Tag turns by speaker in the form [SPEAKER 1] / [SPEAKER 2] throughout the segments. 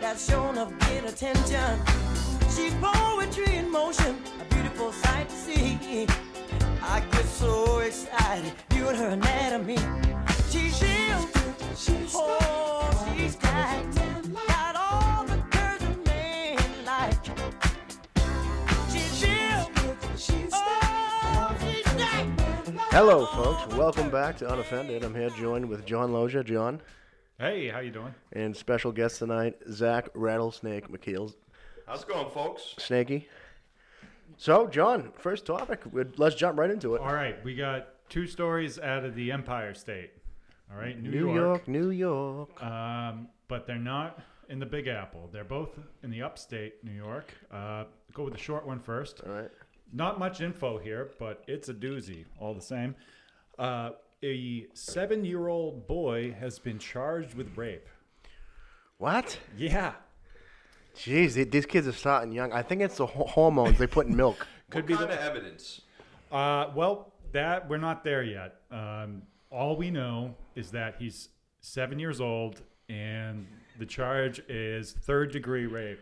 [SPEAKER 1] that's shown of good attention. She's poetry in motion, a beautiful sight to see. I get so excited viewing her anatomy. She's real, she's oh, she's tight, got all the curves a man like. She's real, she's oh, she's tight.
[SPEAKER 2] Hello, folks. Welcome back to Unoffended. I'm here joined with John Loja, John,
[SPEAKER 3] Hey, how you doing?
[SPEAKER 2] and special guest tonight, Zach Rattlesnake McKeel.
[SPEAKER 4] How's it going, folks?
[SPEAKER 2] Snaky. So, John, first topic. We'd- Let's jump right into it.
[SPEAKER 3] All right, we got two stories out of the Empire State. All right, New,
[SPEAKER 2] New
[SPEAKER 3] York.
[SPEAKER 2] York, New York.
[SPEAKER 3] Um, but they're not in the Big Apple. They're both in the upstate New York. Uh, go with the short one first.
[SPEAKER 2] All right.
[SPEAKER 3] Not much info here, but it's a doozy all the same. Uh, a seven year old boy has been charged with rape.
[SPEAKER 2] What?
[SPEAKER 3] Yeah.
[SPEAKER 2] Jeez, th- these kids are starting young. I think it's the ho- hormones they put in milk.
[SPEAKER 3] Could
[SPEAKER 4] what
[SPEAKER 3] be
[SPEAKER 4] kind
[SPEAKER 3] the-
[SPEAKER 4] of evidence?
[SPEAKER 3] Uh, well, that we're not there yet. Um, all we know is that he's seven years old, and the charge is third degree rape.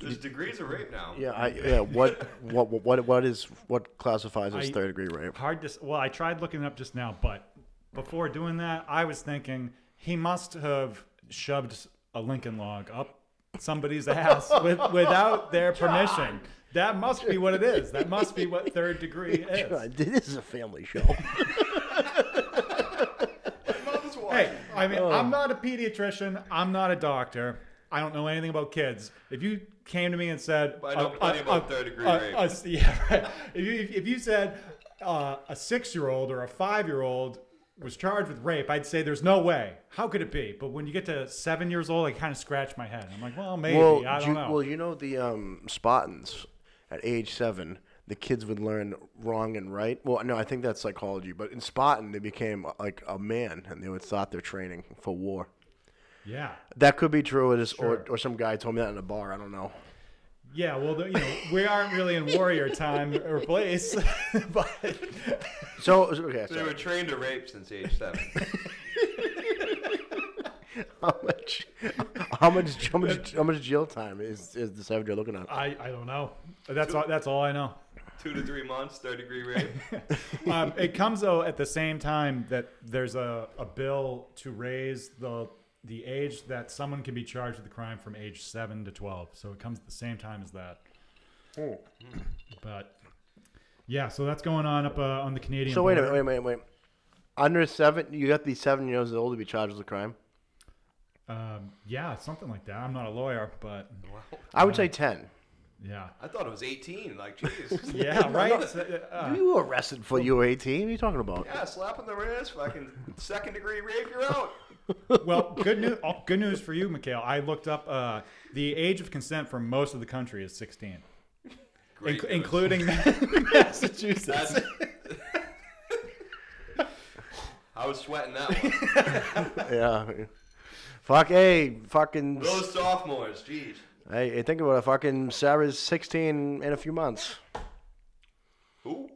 [SPEAKER 4] There's degrees of rape now.
[SPEAKER 2] Yeah, I, yeah. What, what, what, what is what classifies as
[SPEAKER 3] I-
[SPEAKER 2] third degree rape?
[SPEAKER 3] Hard to. s- Well, I tried looking it up just now, but before doing that, I was thinking he must have shoved a Lincoln log up somebody's ass with, without their permission. That must be what it is. That must be what third degree is.
[SPEAKER 2] God, this is a family show.
[SPEAKER 4] Mother's wife.
[SPEAKER 3] Hey, I mean,
[SPEAKER 2] Oh.
[SPEAKER 3] I'm not a pediatrician. I'm not a doctor. I don't know anything about kids. If you came to me and said, uh,
[SPEAKER 4] But I know plenty about third degree
[SPEAKER 3] a-
[SPEAKER 4] rape.
[SPEAKER 3] a- uh, yeah, right. If you, if you said uh, a six year old or a five year old was charged with rape, I'd say there's no way. How could it be? But when you get to seven years old, I kind of scratch my head. I'm like, well, maybe.
[SPEAKER 2] Well,
[SPEAKER 3] I don't
[SPEAKER 2] you,
[SPEAKER 3] know.
[SPEAKER 2] well, you know the um, Spartans at age seven, the kids would learn wrong and right. Well, no, I think that's psychology. But in Spartan, they became uh, like a man, and they would start their training for war.
[SPEAKER 3] yeah.
[SPEAKER 2] That could be true, or, just,
[SPEAKER 3] Sure.
[SPEAKER 2] or, or some guy told me that in a bar. I don't know.
[SPEAKER 3] Yeah, well, the, you know, we aren't really in warrior time or place, but
[SPEAKER 2] So okay,
[SPEAKER 4] They were
[SPEAKER 2] so
[SPEAKER 4] trained to rape since age seven.
[SPEAKER 2] how much, how much, how much, how much jail time is is the savage you're looking at?
[SPEAKER 3] I, I don't know. That's all, that's all I know.
[SPEAKER 4] Two to three months, third degree rape.
[SPEAKER 3] um, it comes though at the same time that there's a, a bill to raise the the age that someone can be charged with a crime from age seven to twelve. So it comes at the same time as that.
[SPEAKER 4] Oh.
[SPEAKER 3] But yeah, so that's going on up uh, on the Canadian.
[SPEAKER 2] So wait a
[SPEAKER 3] border.
[SPEAKER 2] minute, wait a minute, wait. Under seven, you got these seven years old to be charged with a crime.
[SPEAKER 3] Um, yeah, something like that. I'm not a lawyer, but
[SPEAKER 2] I
[SPEAKER 3] Uh,
[SPEAKER 2] would say ten.
[SPEAKER 3] yeah,
[SPEAKER 4] I thought it was 18. Like, jeez.
[SPEAKER 3] yeah, right. So, uh,
[SPEAKER 2] You were arrested for you were eighteen. What are you talking about?
[SPEAKER 4] Yeah, slap on the wrist, fucking second degree rape, you're out.
[SPEAKER 3] well, good news. Good news for you, Mikhail. I looked up uh, the age of consent for most of the country is 16,
[SPEAKER 4] Great
[SPEAKER 3] inc-
[SPEAKER 4] news.
[SPEAKER 3] including Massachusetts.
[SPEAKER 4] That's. I was sweating that one.
[SPEAKER 2] Yeah. Fuck, hey, fucking.
[SPEAKER 4] Those sophomores, jeez.
[SPEAKER 2] Hey, hey, think about it. Fucking Sarah's 16 in a few months.
[SPEAKER 4] Who?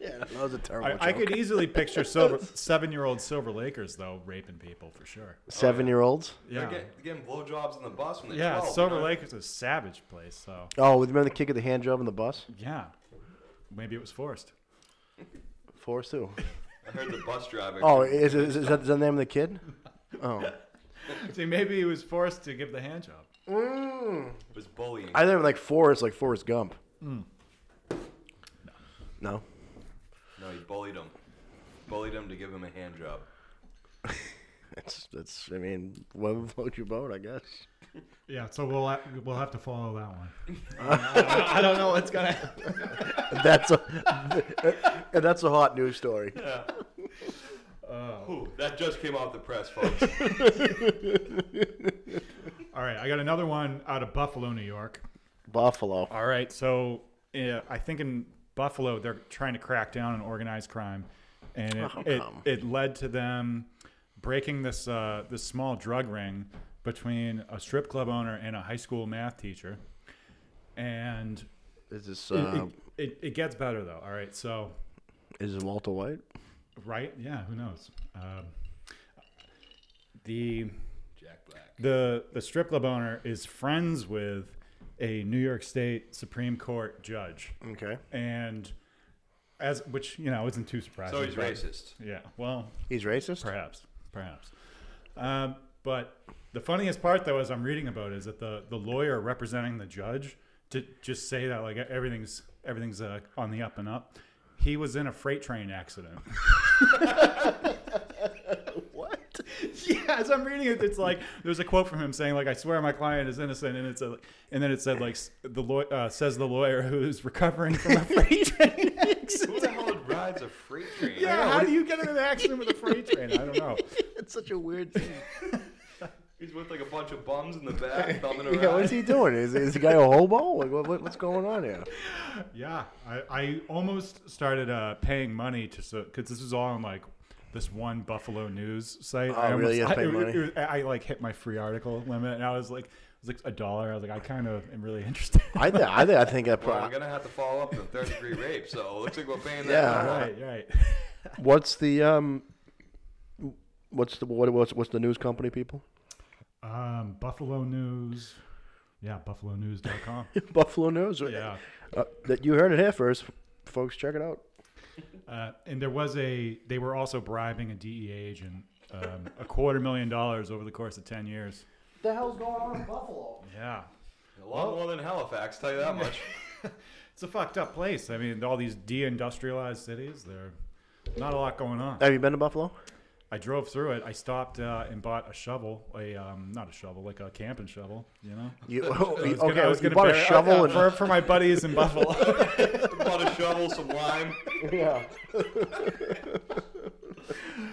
[SPEAKER 2] Yeah, that was a terrible
[SPEAKER 3] I, I could easily picture silver, seven-year-old Silver Lakers though raping people for sure.
[SPEAKER 2] Seven year olds.
[SPEAKER 3] Oh, Yeah,
[SPEAKER 4] They're get- getting blowjobs on the bus when they're
[SPEAKER 3] yeah.
[SPEAKER 4] 12.
[SPEAKER 3] Silver
[SPEAKER 4] you know?
[SPEAKER 3] Lake is a savage place, so
[SPEAKER 2] Oh, remember the kick of the hand job on the bus?
[SPEAKER 3] yeah, maybe it was forced.
[SPEAKER 2] Four, two.
[SPEAKER 4] I heard the bus driver.
[SPEAKER 2] Oh, is, is, is that the name of the kid?
[SPEAKER 3] See, maybe he was forced to give the hand job.
[SPEAKER 4] was bullying.
[SPEAKER 2] I think like Forrest, like Forrest Gump. No.
[SPEAKER 4] No, he bullied him. Bullied him to give him a hand job.
[SPEAKER 2] That's, that's, I mean, whatever floats your boat, I guess.
[SPEAKER 3] Yeah, so we'll ha- we'll have to follow that one. I don't know what's gonna happen.
[SPEAKER 2] That's a, and that's a hot news story.
[SPEAKER 4] Ooh, that just came off the press, folks.
[SPEAKER 3] All right, I got another one out of Buffalo, New York.
[SPEAKER 2] Buffalo.
[SPEAKER 3] All right, so uh, I think in Buffalo they're trying to crack down on organized crime, and it it,
[SPEAKER 2] come?
[SPEAKER 3] it led to them breaking this uh, this small drug ring between a strip club owner and a high school math teacher, and
[SPEAKER 2] Is this,
[SPEAKER 3] it,
[SPEAKER 2] uh,
[SPEAKER 3] it, it, it gets better though. All right, so
[SPEAKER 2] is this Walter White?
[SPEAKER 3] right, yeah, who knows? Um, the
[SPEAKER 4] Jack Black.
[SPEAKER 3] the the Stripla owner is friends with a New York State Supreme Court judge,
[SPEAKER 2] Okay.
[SPEAKER 3] and as which you know isn't too surprising.
[SPEAKER 4] So he's
[SPEAKER 3] but-
[SPEAKER 4] racist.
[SPEAKER 3] Yeah. Well,
[SPEAKER 2] He's racist?
[SPEAKER 3] perhaps, perhaps. Um, but the funniest part, though, as I'm reading about, it, is that the the lawyer representing the judge to just say that like everything's everything's uh, on the up and up. He was in a freight train accident.
[SPEAKER 2] What?
[SPEAKER 3] yeah, as I'm reading it, it's like there's a quote from him saying like I swear my client is innocent, and it's a, and then it said like s- the law, uh, says the lawyer who's recovering from a freight train
[SPEAKER 4] Who the
[SPEAKER 3] accident.
[SPEAKER 4] hell rides a freight train?
[SPEAKER 3] Yeah, how do you get in an accident with a freight train? I don't know.
[SPEAKER 2] It's such a weird thing.
[SPEAKER 4] He's with like a bunch of bums in the back, thumbing around.
[SPEAKER 2] yeah, what is he doing? Is, is the guy a hobo? Like, what, what, what's going on here?
[SPEAKER 3] Yeah, I, I almost started uh, paying money to because this was all on like this one Buffalo News site.
[SPEAKER 2] Oh, really? You
[SPEAKER 3] I,
[SPEAKER 2] had to pay
[SPEAKER 3] it-
[SPEAKER 2] money?
[SPEAKER 3] it was- I, I, like hit my free article limit, and I was like, it was like a dollar. I was like, I kind of am really interested.
[SPEAKER 2] I, th- I, th- I think I
[SPEAKER 4] Well, we're
[SPEAKER 2] probably.
[SPEAKER 4] gonna have to follow up the third degree rape, so it looks like we're paying that.
[SPEAKER 2] Yeah.
[SPEAKER 4] now.
[SPEAKER 3] right, right.
[SPEAKER 2] What's the um? What's the what, what's what's the news company people?
[SPEAKER 3] Um, Buffalo News. Yeah, buffalonews.com.
[SPEAKER 2] Buffalo News.
[SPEAKER 3] yeah.
[SPEAKER 2] Uh, that you heard it here first, folks. Check it out.
[SPEAKER 3] Uh, and there was a, they were also bribing a DEA agent um, a quarter million dollars over the course of 10 years.
[SPEAKER 2] The hell's going on in Buffalo?
[SPEAKER 3] Yeah.
[SPEAKER 4] A lot more than Halifax, tell you that much.
[SPEAKER 3] It's a fucked up place. I mean, all these deindustrialized cities, there not a lot going on.
[SPEAKER 2] Have you been to Buffalo?
[SPEAKER 3] I drove through it. I stopped uh, and bought a shovel, a um, not a shovel, like a camping shovel. You know,
[SPEAKER 2] You, oh,
[SPEAKER 3] I
[SPEAKER 2] you-
[SPEAKER 3] was gonna-
[SPEAKER 2] okay,
[SPEAKER 3] I was
[SPEAKER 2] you
[SPEAKER 3] gonna
[SPEAKER 2] bought a
[SPEAKER 3] bury- uh,
[SPEAKER 2] shovel
[SPEAKER 3] uh,
[SPEAKER 2] and
[SPEAKER 3] for, for my buddies in Buffalo.
[SPEAKER 4] Bought a shovel, some lime,
[SPEAKER 2] yeah.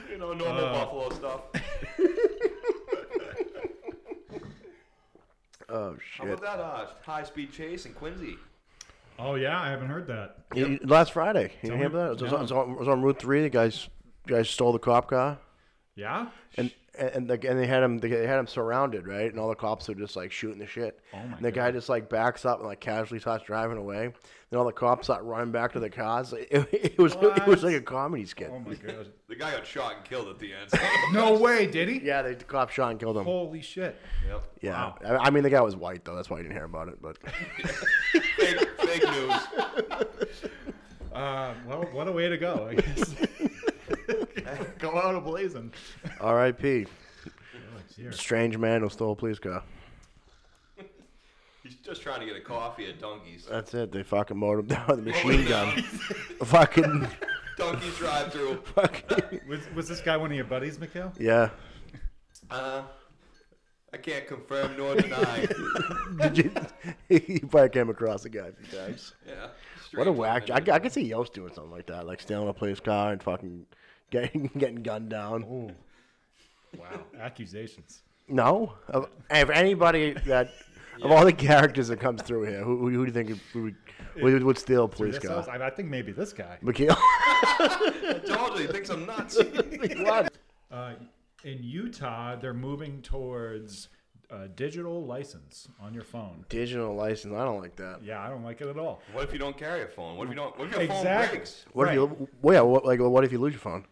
[SPEAKER 4] you know, normal Buffalo stuff.
[SPEAKER 2] Oh
[SPEAKER 4] How
[SPEAKER 2] shit!
[SPEAKER 4] about that uh, high-speed chase in Quincy?
[SPEAKER 3] oh yeah, I haven't heard that.
[SPEAKER 2] You- you- Last Friday, you
[SPEAKER 3] Tell
[SPEAKER 2] hear
[SPEAKER 3] me-
[SPEAKER 2] about that? It was,
[SPEAKER 3] no.
[SPEAKER 2] on, it was on- it was on Route Three. The guys, guys stole the cop car,
[SPEAKER 3] Yeah.
[SPEAKER 2] and and and, the, and they had him. They had him surrounded, right? And all the cops are just like shooting the shit.
[SPEAKER 3] Oh, my
[SPEAKER 2] and the guy just like backs up and like casually starts driving away. Then all the cops start running back to the cars. It, it was it
[SPEAKER 3] What?
[SPEAKER 2] was like a comedy skit.
[SPEAKER 3] Oh my god.
[SPEAKER 4] The guy got shot and killed at the end. so-
[SPEAKER 3] No way, did he?
[SPEAKER 2] Yeah, they, the cop shot and killed him.
[SPEAKER 3] Holy shit.
[SPEAKER 4] yep.
[SPEAKER 2] yeah,
[SPEAKER 3] wow.
[SPEAKER 2] I, I mean the guy was white though. That's why I didn't hear about it. But
[SPEAKER 4] Fake, fake news.
[SPEAKER 3] Uh, well, what a way to go, I guess. go out a blazing.
[SPEAKER 2] R.I.P.
[SPEAKER 3] Oh, dear.
[SPEAKER 2] Strange man who stole a police car.
[SPEAKER 4] He's just trying to get a coffee at Donkey's.
[SPEAKER 2] That's it. They fucking mowed him down with a Uh, machine gun. fucking,
[SPEAKER 4] Donkey's drive-through.
[SPEAKER 2] fucking.
[SPEAKER 3] Was, was this guy one of your buddies, Mikhail?
[SPEAKER 2] Yeah.
[SPEAKER 4] Uh, I can't confirm nor deny.
[SPEAKER 2] Did you? you probably came across the guy a few times.
[SPEAKER 4] Yeah.
[SPEAKER 2] What a
[SPEAKER 4] strange
[SPEAKER 2] whack! I,
[SPEAKER 4] woman.
[SPEAKER 2] I could see Yost doing something like that, like stealing a police car and fucking getting getting gunned down.
[SPEAKER 3] Oh. Wow. Accusations.
[SPEAKER 2] No, of, of anybody that of all the characters that comes through here, who, who do you think would, would, would steal a police
[SPEAKER 3] This sounds-
[SPEAKER 2] car?
[SPEAKER 3] I, I think maybe this guy.
[SPEAKER 2] McKeel.
[SPEAKER 4] told you, he thinks I'm nuts.
[SPEAKER 2] what?
[SPEAKER 3] Uh, in Utah, they're moving towards uh, digital license on your phone.
[SPEAKER 2] Digital license? I don't like that.
[SPEAKER 3] Yeah, I don't like it at all.
[SPEAKER 4] What if you don't carry a phone? What if you don't? What if your phone
[SPEAKER 3] Exactly.
[SPEAKER 4] breaks?
[SPEAKER 2] What if
[SPEAKER 3] Right.
[SPEAKER 2] you? Well, yeah. What, like, what if you lose your phone?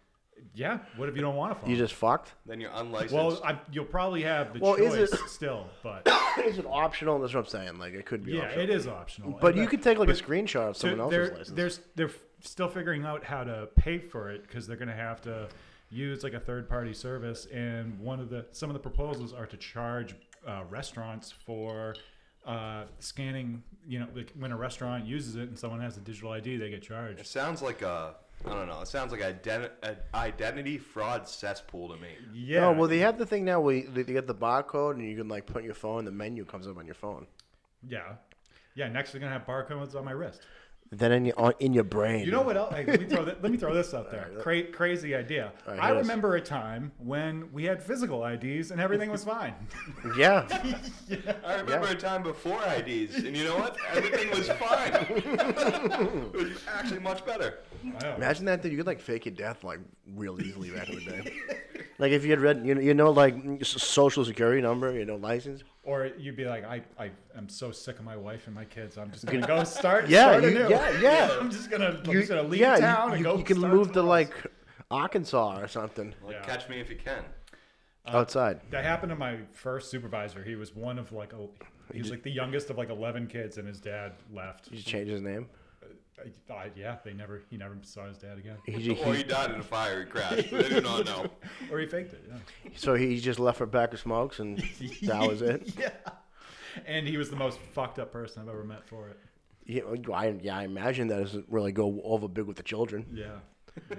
[SPEAKER 3] Yeah. What if you don't want a phone?
[SPEAKER 2] You just fucked.
[SPEAKER 4] Then you're unlicensed.
[SPEAKER 3] well, I, you'll probably have the
[SPEAKER 2] Well, is
[SPEAKER 3] choice
[SPEAKER 2] it-
[SPEAKER 3] still, but
[SPEAKER 2] Is it optional? That's what I'm saying. Like, it could be
[SPEAKER 3] yeah,
[SPEAKER 2] optional.
[SPEAKER 3] it is optional.
[SPEAKER 2] But
[SPEAKER 3] And
[SPEAKER 2] you
[SPEAKER 3] that-
[SPEAKER 2] could take like a
[SPEAKER 3] but
[SPEAKER 2] screenshot of
[SPEAKER 3] so
[SPEAKER 2] someone else's
[SPEAKER 3] they're,
[SPEAKER 2] license.
[SPEAKER 3] There's, they're f- still figuring out how to pay for it because they're going to have to use like a third party service. And one of the some of the proposals are to charge uh, restaurants for uh, scanning. You know, like when a restaurant uses it and someone has a digital ID, they get charged.
[SPEAKER 4] it sounds like a. I don't know. It sounds like identi- an identity fraud cesspool to me.
[SPEAKER 3] Yeah.
[SPEAKER 2] No, well, they have the thing now where you, they they get the barcode and you can like put in your phone. The menu comes up on your phone.
[SPEAKER 3] yeah. Yeah, next they're gonna have barcodes on my wrist.
[SPEAKER 2] Then in your on, in your brain,
[SPEAKER 3] You know what else? Hey, let, me throw th- let me throw this out there.
[SPEAKER 2] All right,
[SPEAKER 3] Cra- crazy idea.
[SPEAKER 2] right,
[SPEAKER 3] I
[SPEAKER 2] hit us.
[SPEAKER 3] remember a time when we had physical IDs and everything was fine.
[SPEAKER 2] Yeah,
[SPEAKER 4] I remember
[SPEAKER 2] Yeah.
[SPEAKER 4] a time before IDs, and you know what? Everything was fine. it was actually much better.
[SPEAKER 3] Wow.
[SPEAKER 2] imagine that dude. You could like fake your death like real easily back in the day. Like if you had read, you know, you know like s- social security number, you know, license.
[SPEAKER 3] Or you'd be like, I, I am so sick of my wife and my kids. I'm just gonna go start.
[SPEAKER 2] Yeah,
[SPEAKER 3] start
[SPEAKER 2] you-
[SPEAKER 3] anew.
[SPEAKER 2] yeah, yeah.
[SPEAKER 3] I'm just gonna, I'm just gonna leave
[SPEAKER 2] yeah,
[SPEAKER 3] town
[SPEAKER 2] you,
[SPEAKER 3] and
[SPEAKER 2] you,
[SPEAKER 3] go.
[SPEAKER 2] you can
[SPEAKER 3] start
[SPEAKER 2] move to
[SPEAKER 3] somewhere else.
[SPEAKER 2] like Arkansas or something.
[SPEAKER 4] Like,
[SPEAKER 3] Yeah.
[SPEAKER 4] catch me if you can.
[SPEAKER 3] Uh,
[SPEAKER 2] Outside.
[SPEAKER 3] That happened to my first supervisor. He was one of like a, he was like the youngest of like eleven kids, and his dad left.
[SPEAKER 2] Did you change his name?
[SPEAKER 3] I, I, yeah, they never he never saw his dad again,
[SPEAKER 2] He,
[SPEAKER 4] Or
[SPEAKER 2] he,
[SPEAKER 4] he died in a fiery crash. They do not know.
[SPEAKER 3] or he faked it. Yeah.
[SPEAKER 2] so he just left for Packer Smokes and that was it?
[SPEAKER 3] yeah. And he was the most fucked up person I've ever met for it.
[SPEAKER 2] Yeah, well, I, yeah, I imagine that doesn't really go over big with the children.
[SPEAKER 3] Yeah. yeah.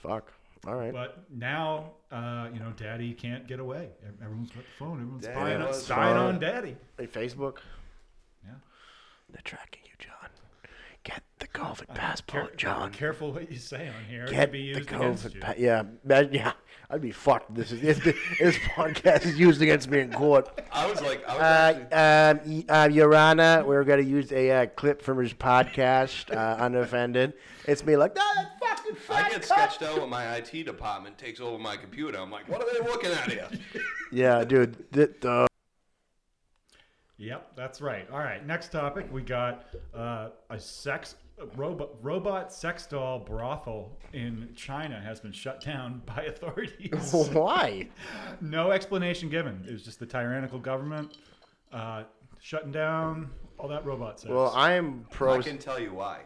[SPEAKER 2] Fuck. All right.
[SPEAKER 3] But now, uh, you know, daddy can't get away. Ev- Everyone's got the phone. Everyone's
[SPEAKER 4] Daddy
[SPEAKER 3] spying, on,
[SPEAKER 4] was
[SPEAKER 3] spying
[SPEAKER 2] wrong.
[SPEAKER 3] on daddy.
[SPEAKER 2] Hey, Facebook,
[SPEAKER 3] Yeah.
[SPEAKER 2] they're tracking you, John. Get the COVID
[SPEAKER 3] Care-
[SPEAKER 2] passport, John.
[SPEAKER 3] Careful what you say on here. it
[SPEAKER 2] Get
[SPEAKER 3] could be
[SPEAKER 2] the
[SPEAKER 3] used against
[SPEAKER 2] COVID.
[SPEAKER 3] you.
[SPEAKER 2] Pa- yeah, imagine, yeah. I'd be fucked. This is if this podcast is used against me in court.
[SPEAKER 4] I was like, I was
[SPEAKER 2] Uh,
[SPEAKER 4] actually,
[SPEAKER 2] um, y- uh, Your Honor, we're going to use a uh, clip from his podcast, uh, Unoffended. It's me like, "Ah, that fucking
[SPEAKER 4] I
[SPEAKER 2] fat
[SPEAKER 4] get
[SPEAKER 2] cunt!"
[SPEAKER 4] sketched out when my IT department takes over my computer. I'm like, what are they looking at here?
[SPEAKER 2] Yeah, dude. Th- the-
[SPEAKER 3] Yep, that's right. All right, next topic. We got uh, a sex a robot robot sex doll brothel in China has been shut down by authorities.
[SPEAKER 2] why?
[SPEAKER 3] no explanation given. It was just the tyrannical government uh, shutting down all that robot sex.
[SPEAKER 2] Well, I'm pro.
[SPEAKER 4] I can tell you why.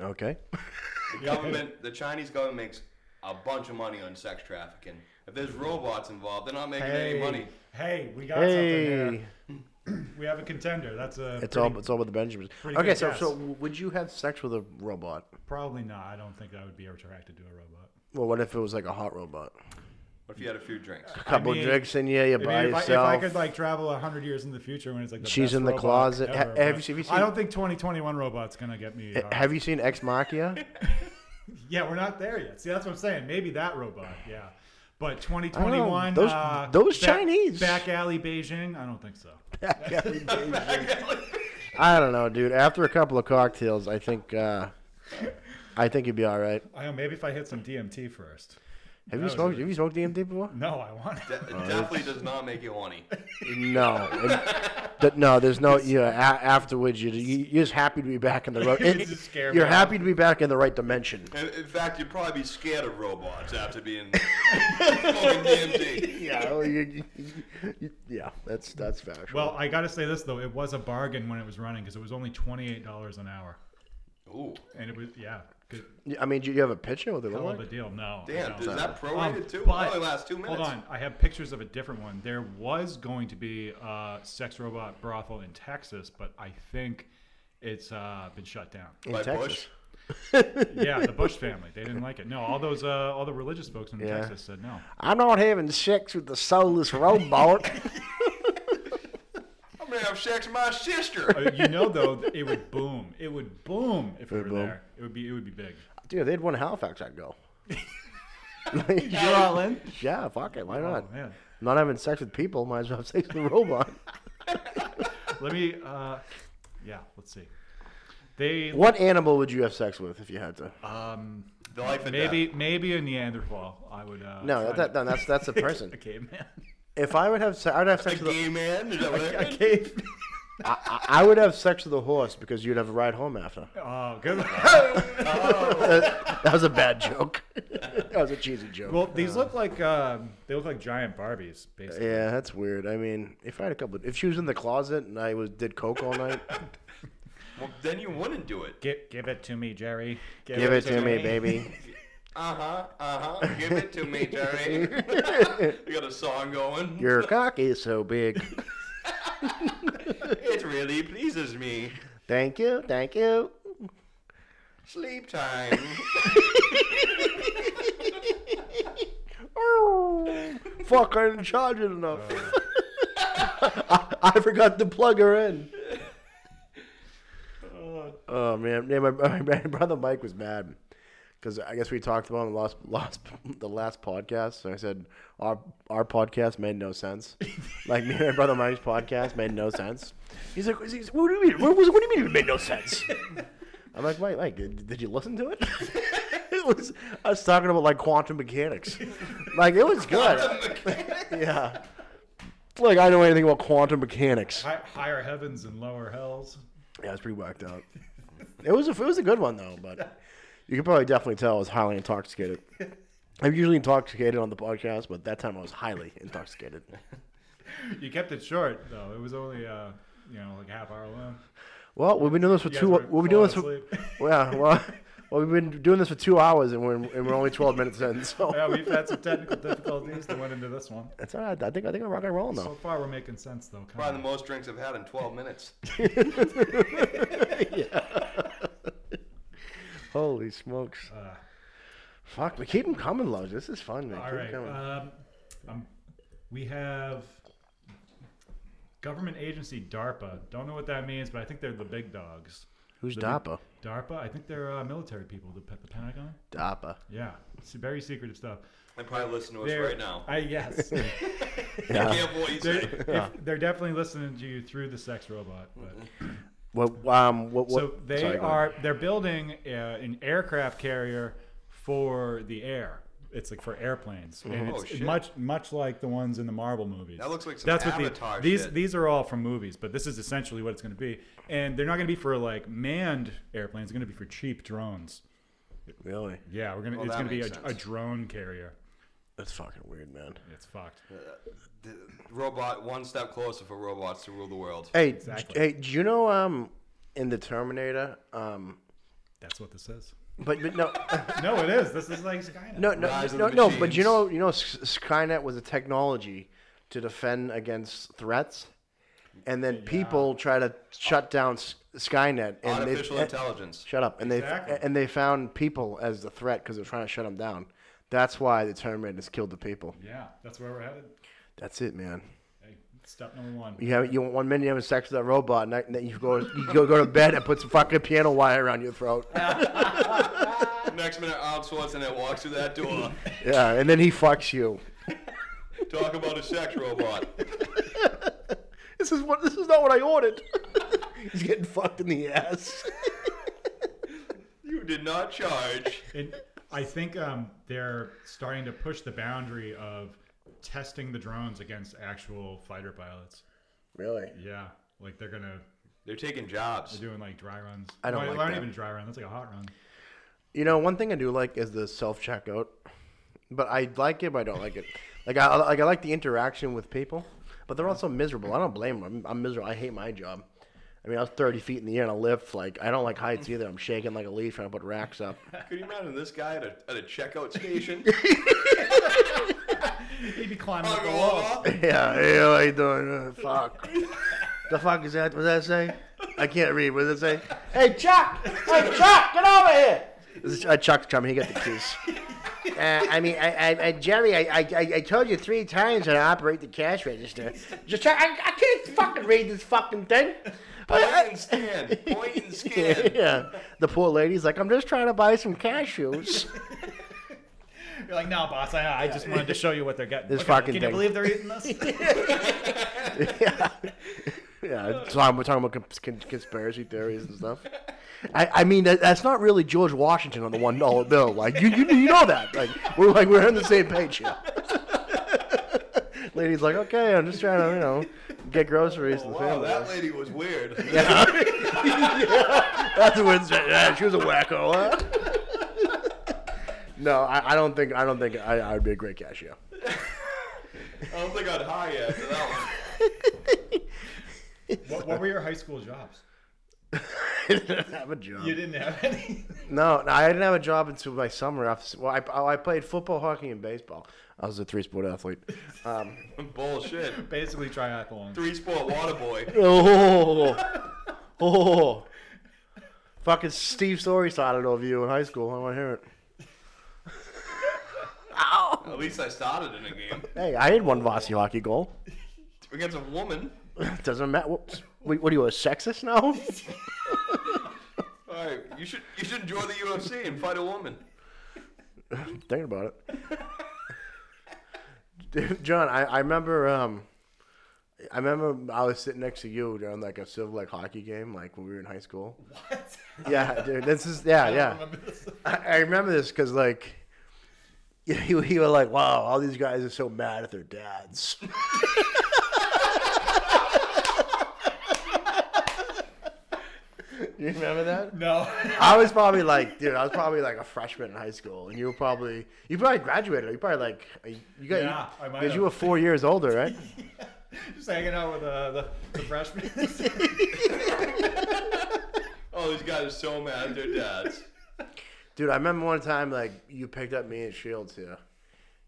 [SPEAKER 2] okay.
[SPEAKER 4] The government, the Chinese government makes a bunch of money on sex trafficking. If there's robots involved, they're not making any money.
[SPEAKER 3] Hey, we got something
[SPEAKER 2] Hey,
[SPEAKER 3] here. We have a contender. That's a
[SPEAKER 2] it's all
[SPEAKER 3] pretty-
[SPEAKER 2] it's all about the Benjamins.
[SPEAKER 3] pretty
[SPEAKER 2] Okay,
[SPEAKER 3] good
[SPEAKER 2] so
[SPEAKER 3] guess.
[SPEAKER 2] so would you have sex with a robot?
[SPEAKER 3] probably not. I don't think I would be attracted to a robot.
[SPEAKER 2] Well, what if it was like a hot robot?
[SPEAKER 4] What if you had a few drinks?
[SPEAKER 2] A couple
[SPEAKER 3] mean-
[SPEAKER 2] drinks in you, you by
[SPEAKER 3] I mean, if, I, if
[SPEAKER 2] yourself.
[SPEAKER 3] I could like travel hundred years in the future when it's like the
[SPEAKER 2] She's
[SPEAKER 3] best
[SPEAKER 2] in the
[SPEAKER 3] robot
[SPEAKER 2] closet. Ha-
[SPEAKER 3] ever,
[SPEAKER 2] have
[SPEAKER 3] but
[SPEAKER 2] you- have you
[SPEAKER 3] I
[SPEAKER 2] seen-
[SPEAKER 3] don't think 2021 robots gonna get me.
[SPEAKER 2] Uh,
[SPEAKER 3] hard.
[SPEAKER 2] Have you seen Ex Machina?
[SPEAKER 3] yeah, we're not there yet. See, that's what I'm saying. Maybe that robot. Yeah, but
[SPEAKER 2] I don't
[SPEAKER 3] 2021.
[SPEAKER 2] know. Those-
[SPEAKER 3] uh,
[SPEAKER 2] those
[SPEAKER 3] back-
[SPEAKER 2] Chinese.
[SPEAKER 3] back alley Beijing. I don't think so.
[SPEAKER 2] I don't know, dude. After a couple of cocktails, I think uh, I think you'd be all right.
[SPEAKER 3] I don't know, maybe if I hit some DMT first.
[SPEAKER 2] Have you
[SPEAKER 3] That was
[SPEAKER 2] smoked?
[SPEAKER 3] it.
[SPEAKER 2] Have you smoked DMT before?
[SPEAKER 3] No, I want.
[SPEAKER 4] De- it definitely does not make you horny.
[SPEAKER 2] No, Th- no. There's no. Yeah. A- afterwards, you you- you're just happy to be back in the road.
[SPEAKER 3] It just scared me
[SPEAKER 2] You're
[SPEAKER 3] off.
[SPEAKER 2] happy to be back in the right dimension.
[SPEAKER 4] In, in fact, you'd probably be scared of robots after being smoking DMT.
[SPEAKER 2] Yeah. well, Oh, you- you- you- yeah. That's that's factual.
[SPEAKER 3] Well, I gotta say this though, it was a bargain when it was running because it was only twenty eight dollars an hour,
[SPEAKER 4] Ooh,
[SPEAKER 3] and it was yeah, good
[SPEAKER 2] I mean, do you have a picture with it?
[SPEAKER 3] hell
[SPEAKER 2] look
[SPEAKER 3] of a
[SPEAKER 2] like?
[SPEAKER 3] deal. No, I
[SPEAKER 4] damn,
[SPEAKER 3] don't.
[SPEAKER 4] is that
[SPEAKER 3] Um,
[SPEAKER 4] prorated too?
[SPEAKER 3] but-
[SPEAKER 4] It only lasts two minutes.
[SPEAKER 3] Hold on, I have pictures of a different one. There was going to be a sex robot brothel in Texas, but I think it's uh, been shut down.
[SPEAKER 2] In
[SPEAKER 4] By
[SPEAKER 2] Texas.
[SPEAKER 4] Bush.
[SPEAKER 3] yeah, the Bush family, they didn't like it. No, all those uh, all the religious folks in
[SPEAKER 2] Yeah.
[SPEAKER 3] Texas said no.
[SPEAKER 2] I'm not having sex with the soulless robot.
[SPEAKER 4] I'm gonna have sex with my sister.
[SPEAKER 3] Uh, you know though, that it would boom. It would boom if it were
[SPEAKER 2] would boom.
[SPEAKER 3] there. It would be it would be big.
[SPEAKER 2] Dude, they'd won Halifax. I'd go.
[SPEAKER 3] You're all in.
[SPEAKER 2] yeah. Fuck it. Why
[SPEAKER 3] Oh
[SPEAKER 2] not?
[SPEAKER 3] man.
[SPEAKER 2] Not having sex with people, might as well have sex with a robot.
[SPEAKER 3] Let me. Uh, yeah, let's see. They
[SPEAKER 2] what animal would you have sex with if you had to?
[SPEAKER 3] um
[SPEAKER 4] The life and
[SPEAKER 3] maybe maybe a Neanderthal. I would. Uh,
[SPEAKER 2] no,
[SPEAKER 3] try
[SPEAKER 2] that, that,
[SPEAKER 3] to-
[SPEAKER 2] no, that's that's a person.
[SPEAKER 3] a caveman.
[SPEAKER 2] if I would have, se- I would have
[SPEAKER 4] death.
[SPEAKER 2] sex
[SPEAKER 4] A
[SPEAKER 2] with. A,
[SPEAKER 4] gay man? Is that what
[SPEAKER 3] a
[SPEAKER 4] that is?
[SPEAKER 3] caveman.
[SPEAKER 2] I, I would have sex with a horse because you'd have a ride home after.
[SPEAKER 3] Oh, good. one.
[SPEAKER 2] that was a bad joke. that was a cheesy joke.
[SPEAKER 3] well, these look like um, they look like giant Barbies, basically.
[SPEAKER 2] yeah, that's weird. I mean, if I had a couple, if she was in the closet and I was did coke all night,
[SPEAKER 4] Well, then you wouldn't do it.
[SPEAKER 3] Give, give it to me, Jerry.
[SPEAKER 2] give it to me, baby.
[SPEAKER 4] Uh huh. Uh huh. Give it to me, Jerry. you got a song going.
[SPEAKER 2] Your cock is so big.
[SPEAKER 4] It really pleases me.
[SPEAKER 2] Thank you, thank you.
[SPEAKER 4] Sleep time.
[SPEAKER 2] Oh, fuck, I didn't charge it enough. I, I forgot to plug her in. Oh man, yeah, my, my, my brother Mike was mad because I guess we talked about it on the last, last the last podcast. So I said our our podcast made no sense. like me and my brother Mike's podcast made no sense. He's like, he's- what do you mean? What, what do you mean it made no sense? I'm like, wait, Mike, did, did you listen to it? it was I was talking about like quantum mechanics. Like it was good. yeah. Like I know anything about quantum mechanics.
[SPEAKER 3] Hi- higher heavens and lower hells.
[SPEAKER 2] Yeah, it's pretty whacked out. it was a it was a good one though, but you could probably definitely tell I was highly intoxicated. I'm usually intoxicated on the podcast, but that time I was highly intoxicated.
[SPEAKER 3] You kept it short though. It was only uh, you know like a half hour long.
[SPEAKER 2] Well, we've been doing this for
[SPEAKER 3] You guys
[SPEAKER 2] two.
[SPEAKER 3] weren't
[SPEAKER 2] We've been doing this
[SPEAKER 3] falling
[SPEAKER 2] for. Yeah, well, well, we've been doing this for two hours, and we're and we're only 12 minutes in. So
[SPEAKER 3] Yeah, we've had some technical difficulties that went into this one.
[SPEAKER 2] that's all right. I think I think I'm rock and roll
[SPEAKER 3] So
[SPEAKER 2] now.
[SPEAKER 3] far, we're making sense though. kinda.
[SPEAKER 4] Probably the most drinks I've had in 12 minutes.
[SPEAKER 2] Holy smokes! Fuck, we keep them coming, Lodge. This is fun, man.
[SPEAKER 3] Uh, All
[SPEAKER 2] Keep 'em
[SPEAKER 3] right.
[SPEAKER 2] coming.
[SPEAKER 3] Um, um, we have government agency DARPA. Don't know what that means, but I think they're the big dogs.
[SPEAKER 2] Who's
[SPEAKER 3] the-
[SPEAKER 2] DAPA?
[SPEAKER 3] DARPA. I think they're uh, military people. The, Pe- the Pentagon.
[SPEAKER 2] DAPA.
[SPEAKER 3] Yeah, it's very secretive stuff.
[SPEAKER 4] They probably listen to us
[SPEAKER 3] They're-
[SPEAKER 4] right now.
[SPEAKER 3] I yes.
[SPEAKER 4] I can't believe you said.
[SPEAKER 3] they're, if- they're definitely listening to you through the sex robot. But.
[SPEAKER 2] What? Um. What? what
[SPEAKER 3] So they
[SPEAKER 2] sorry, go ahead.
[SPEAKER 3] are they're building uh, an aircraft carrier for the air. It's like for airplanes, and
[SPEAKER 4] Oh,
[SPEAKER 3] it's
[SPEAKER 4] shit.
[SPEAKER 3] much much like the ones in the Marvel movies.
[SPEAKER 4] That looks like some Avatar
[SPEAKER 3] the, these
[SPEAKER 4] shit.
[SPEAKER 3] these are all from movies, but this is essentially what it's going to be. And they're not going to be for like manned airplanes; they're going to be for cheap drones.
[SPEAKER 2] Really?
[SPEAKER 3] Yeah, we're gonna
[SPEAKER 4] Well,
[SPEAKER 3] it's
[SPEAKER 4] that
[SPEAKER 3] going to be a,
[SPEAKER 4] makes
[SPEAKER 3] a
[SPEAKER 4] sense.
[SPEAKER 3] drone carrier.
[SPEAKER 2] That's fucking weird, man.
[SPEAKER 3] It's fucked.
[SPEAKER 4] The robot, one step closer for robots to rule the world.
[SPEAKER 2] Hey,
[SPEAKER 3] Exactly.
[SPEAKER 2] hey, do you know um in the Terminator um
[SPEAKER 3] That's what this is.
[SPEAKER 2] but, but no
[SPEAKER 3] No, it is. This is like Skynet.
[SPEAKER 2] no no
[SPEAKER 4] Rise of
[SPEAKER 2] no,
[SPEAKER 4] the
[SPEAKER 2] no but you
[SPEAKER 4] machines.
[SPEAKER 2] know you know S- Skynet was a technology to defend against threats and then people try to shut down S- Skynet and
[SPEAKER 4] Artificial
[SPEAKER 2] they,
[SPEAKER 4] intelligence.
[SPEAKER 2] shut up and
[SPEAKER 3] Exactly.
[SPEAKER 2] they and they found people as the threat cuz they're trying to shut them down. That's why the Terminators killed the people.
[SPEAKER 3] Yeah, that's where we're headed.
[SPEAKER 2] That's it, man.
[SPEAKER 3] Hey, step number one.
[SPEAKER 2] You have you one minute you're having sex with that robot, and, that- and then you go you go go to bed and put some fucking piano wire around your throat.
[SPEAKER 4] Next minute, Arnold Schwarzenegger walks through that door.
[SPEAKER 2] Yeah, and then he fucks you.
[SPEAKER 4] Talk about a sex robot.
[SPEAKER 2] This is what this is not what I ordered. He's getting fucked in the ass.
[SPEAKER 4] You did not charge.
[SPEAKER 3] And I think um, they're starting to push the boundary of testing the drones against actual fighter pilots.
[SPEAKER 2] Really?
[SPEAKER 3] Yeah, like they're gonna
[SPEAKER 4] They're taking jobs.
[SPEAKER 3] they're doing like dry runs.
[SPEAKER 2] I don't
[SPEAKER 3] no,
[SPEAKER 2] like
[SPEAKER 3] not
[SPEAKER 2] that.
[SPEAKER 3] even dry run. That's like a hot run.
[SPEAKER 2] You know, one thing I do like is the self checkout, but I like it, but I don't like it. Like I like I like the interaction with people, but they're also miserable. I don't blame them. I'm, I'm miserable. I hate my job. I mean, I was 30 feet in the air on a lift. Like I don't like heights either. I'm shaking like a leaf trying to put racks up.
[SPEAKER 4] Could you imagine this guy at a, at a checkout station?
[SPEAKER 3] He'd be climbing up
[SPEAKER 4] Fuck
[SPEAKER 3] the
[SPEAKER 4] off.
[SPEAKER 3] wall.
[SPEAKER 2] Yeah, hey, how you doing? Uh, fuck. the fuck is that? What does that say? I can't read. What does it say? Hey, Chuck! Hey, Chuck, get over here! This is, uh, Chuck's coming. He got the keys. Uh, I mean, I, I, I, Jerry, I, I, I I told you three times how to operate the cash register. Just try, I, I can't fucking read this fucking thing. But
[SPEAKER 4] Point
[SPEAKER 2] I-
[SPEAKER 4] and scan. Point and
[SPEAKER 2] yeah,
[SPEAKER 4] scan.
[SPEAKER 2] the poor lady's like, I'm just trying to buy some cashews.
[SPEAKER 3] You're like, no, boss. I, I just wanted to show you what they're getting.
[SPEAKER 2] This
[SPEAKER 3] Look at them.
[SPEAKER 2] fucking thing.
[SPEAKER 3] Can you believe they're eating this?
[SPEAKER 2] yeah, yeah. So I'm- we're talking about cons- cons- conspiracy theories and stuff. I, I mean, that, that's not really George Washington on the one dollar bill. Like you, you, you know that. Like we're like we're on the same page here. Lady's like, okay, I'm just trying to you know get groceries to the
[SPEAKER 4] Oh, Wow,
[SPEAKER 2] family.
[SPEAKER 4] that lady was weird.
[SPEAKER 2] That's what. Yeah, she was a wacko. Huh? no, I, I don't think I don't think I, I would be a great cashier.
[SPEAKER 4] I don't think I'd hire you after that one.
[SPEAKER 3] what, what were your high school jobs?
[SPEAKER 2] I didn't have a job.
[SPEAKER 3] You didn't have any.
[SPEAKER 2] No, no, I didn't have a job until my summer. After, well, I, oh, I played football, hockey, and baseball. I was a three sport athlete. Um,
[SPEAKER 4] Bullshit.
[SPEAKER 3] Basically triathlon.
[SPEAKER 4] Three sport water boy.
[SPEAKER 2] oh, oh, fucking Steve Story started over you in high school. I want to hear it.
[SPEAKER 4] At least I started in a game.
[SPEAKER 2] Hey, I had one varsity hockey goal.
[SPEAKER 4] Against a woman.
[SPEAKER 2] Doesn't matter. Whoops. Wait, what are you, a sexist now?
[SPEAKER 4] Alright, you should you should enjoy the UFC and fight a woman.
[SPEAKER 2] Thinking about it, Dude, John. I, I remember. Um, I remember I was sitting next to you during like a civil like hockey game, like when we were in high school.
[SPEAKER 3] What?
[SPEAKER 2] Yeah, dude. This is yeah,
[SPEAKER 3] I
[SPEAKER 2] yeah.
[SPEAKER 3] remember this.
[SPEAKER 2] I, I remember this because like you, you, you were like, wow, all these guys are so mad at their dads. You remember that?
[SPEAKER 3] No.
[SPEAKER 2] I was probably like, dude, I was probably like a freshman in high school, and you were probably, you probably graduated. You probably like, you got,
[SPEAKER 3] Yeah, I might
[SPEAKER 2] because you
[SPEAKER 3] have.
[SPEAKER 2] were four years older, right?
[SPEAKER 3] Just hanging out with uh, the, the freshmen.
[SPEAKER 4] Oh, these guys are so mad at their dads.
[SPEAKER 2] Dude, I remember one time like you picked up me and Shields here.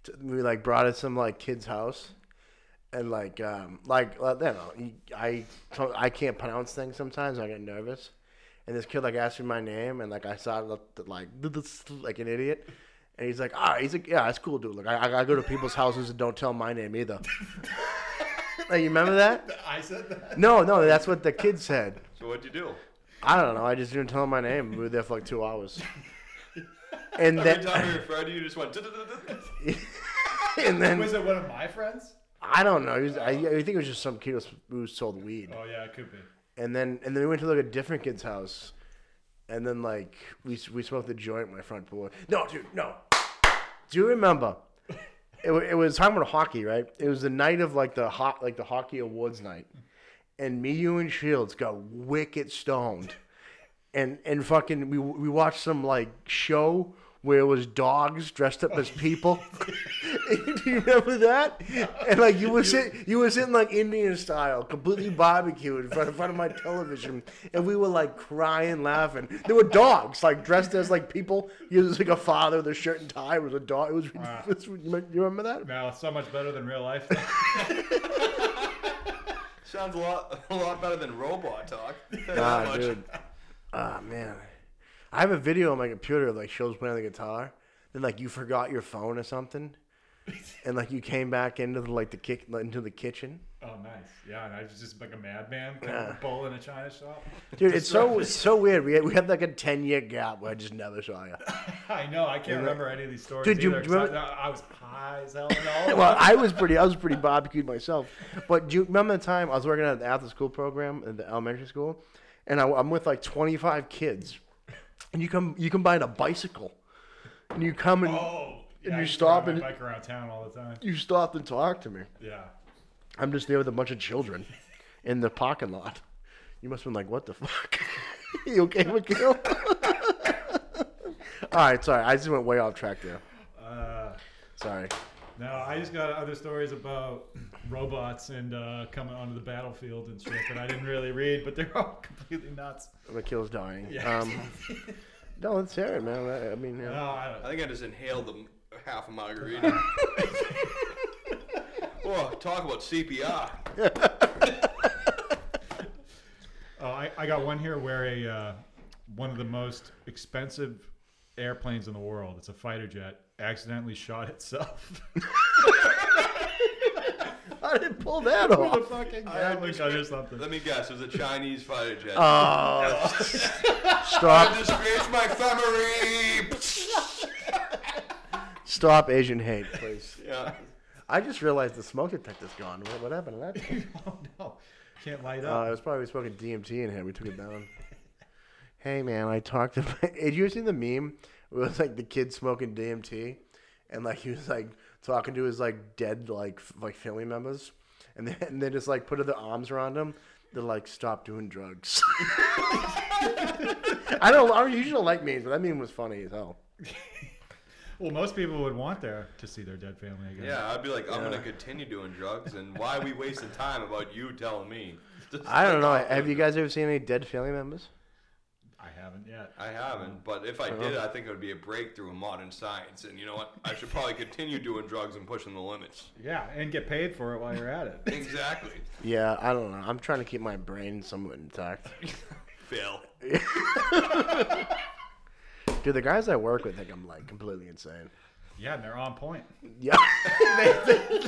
[SPEAKER 2] T- We like brought it some like kid's house, and like um like uh, you know you- I I can't pronounce things sometimes. I get nervous, and this kid like asked me my name, and like I started look- like like an idiot. And he's like, ah, he's like, yeah, that's cool, dude. Like, I, I go to people's houses and don't tell my name either. like, you remember that?
[SPEAKER 3] I said that.
[SPEAKER 2] No, no, that's what the kid said.
[SPEAKER 4] So what'd you do?
[SPEAKER 2] I don't know. I just didn't tell him my name. We were there for like two hours. And then,
[SPEAKER 4] Every time we referred to you, you just went. "Duh-duh-duh-duh."
[SPEAKER 2] and then
[SPEAKER 3] Was it one of my friends?
[SPEAKER 2] I don't know. He was, I, I think it was just some kid who was, who was sold weed.
[SPEAKER 3] Oh yeah, it could be.
[SPEAKER 2] And then, and then we went to like a different kid's house. And then like we we smoked the joint in my front porch. No, dude, no. Do you remember? It, wa- it was time with hockey, right? It was the night of like the hot like the hockey awards night, and me, you, and Shields got wicked stoned. and and fucking we we watched some like show where it was dogs dressed up as people. Do you remember that? And like you were sitting, you were sitting like Indian style, completely barbecued in front in front of my television, and we were like crying, laughing. There were dogs like dressed as like people. It was like a father with a shirt and tie. It was a dog. It was. it was- you remember that?
[SPEAKER 3] Now it's so much better than real life.
[SPEAKER 4] Sounds a lot, a lot better than robot talk. Tell you that
[SPEAKER 2] Ah,
[SPEAKER 4] much.
[SPEAKER 2] dude. Ah, man. I have a video on my computer of like shows playing the guitar. Then like you forgot your phone or something, and like you came back into the, like the kick into the kitchen.
[SPEAKER 3] Oh, nice. Yeah, and I was just like a madman, kind of bull in a china shop.
[SPEAKER 2] Dude, it's so it's so weird. We had, we had like a ten year gap where I just never saw you.
[SPEAKER 3] I know. I can't remember any of these stories
[SPEAKER 2] Dude, you-
[SPEAKER 3] either.
[SPEAKER 2] do
[SPEAKER 3] 'cause
[SPEAKER 2] you
[SPEAKER 3] I-
[SPEAKER 2] remember-
[SPEAKER 3] I, I was high as hell. And all
[SPEAKER 2] Well, I was pretty I was pretty barbecued myself. But do you remember the time I was working at the after school program at the elementary school, and I, I'm with like twenty five kids, and you come you combine a bicycle, and you come and
[SPEAKER 3] oh, yeah,
[SPEAKER 2] you
[SPEAKER 3] I used to
[SPEAKER 2] stop
[SPEAKER 3] ride my
[SPEAKER 2] and-
[SPEAKER 3] bike around town all the time.
[SPEAKER 2] you stopped and talked to me.
[SPEAKER 3] Yeah.
[SPEAKER 2] I'm just there with a bunch of children in the parking lot. You must have been like, what the fuck? you okay, Mikhail? All right, sorry. I just went way off track there.
[SPEAKER 3] Uh,
[SPEAKER 2] Sorry.
[SPEAKER 3] no, I just got other stories about robots and uh, coming onto the battlefield and shit that I didn't really read, but they're all completely nuts.
[SPEAKER 2] Mikhail's dying.
[SPEAKER 3] Yeah.
[SPEAKER 2] Um, no, let's hear it, man. I, I mean, you know.
[SPEAKER 3] No, I
[SPEAKER 4] I think I just inhaled the m- half a margarita. oh, talk about CPR.
[SPEAKER 3] Oh, I, I got one here where a uh, one of the most expensive airplanes in the world, it's a fighter jet, accidentally shot itself.
[SPEAKER 2] I didn't pull that
[SPEAKER 3] With a
[SPEAKER 2] off.
[SPEAKER 3] fucking
[SPEAKER 4] I
[SPEAKER 3] Gatling gun or
[SPEAKER 4] understand.
[SPEAKER 3] something.
[SPEAKER 4] Let me guess, it was a Chinese fighter jet.
[SPEAKER 2] Oh, stop,
[SPEAKER 4] I disgraced my family.
[SPEAKER 2] stop Asian hate, please.
[SPEAKER 4] yeah.
[SPEAKER 2] I just realized the smoke detector's gone. What, what happened to that?
[SPEAKER 3] oh no, can't light
[SPEAKER 2] Uh,
[SPEAKER 3] up.
[SPEAKER 2] it was probably smoking DMT in here. We took it down. hey man, I talked about. Did you ever see the meme? where It was like the kid smoking DMT, and like he was like talking to his like dead like f- like family members, and then and they just like put their arms around him. They're like, stop doing drugs. I don't. I usually don't like memes, but that meme was funny as hell.
[SPEAKER 3] well, most people would want there to see their dead family again.
[SPEAKER 4] Yeah, I'd be like, I'm gonna continue doing drugs, and why are we wasting time about you telling me? Just
[SPEAKER 2] I don't
[SPEAKER 4] like,
[SPEAKER 2] know.
[SPEAKER 4] I'll do
[SPEAKER 2] Have you
[SPEAKER 4] drugs.
[SPEAKER 2] guys ever seen any dead family members?
[SPEAKER 3] I haven't yet.
[SPEAKER 4] I haven't, but if I
[SPEAKER 2] Uh-huh.
[SPEAKER 4] did, I think it would be a breakthrough in modern science. And you know what? I should probably continue doing drugs and pushing the limits.
[SPEAKER 3] Yeah, and get paid for it while you're at it.
[SPEAKER 4] Exactly.
[SPEAKER 2] Yeah, I don't know. I'm trying to keep my brain somewhat intact.
[SPEAKER 4] Fail.
[SPEAKER 2] Dude, the guys I work with think I'm like completely insane.
[SPEAKER 3] yeah, and they're on point.
[SPEAKER 2] Yeah.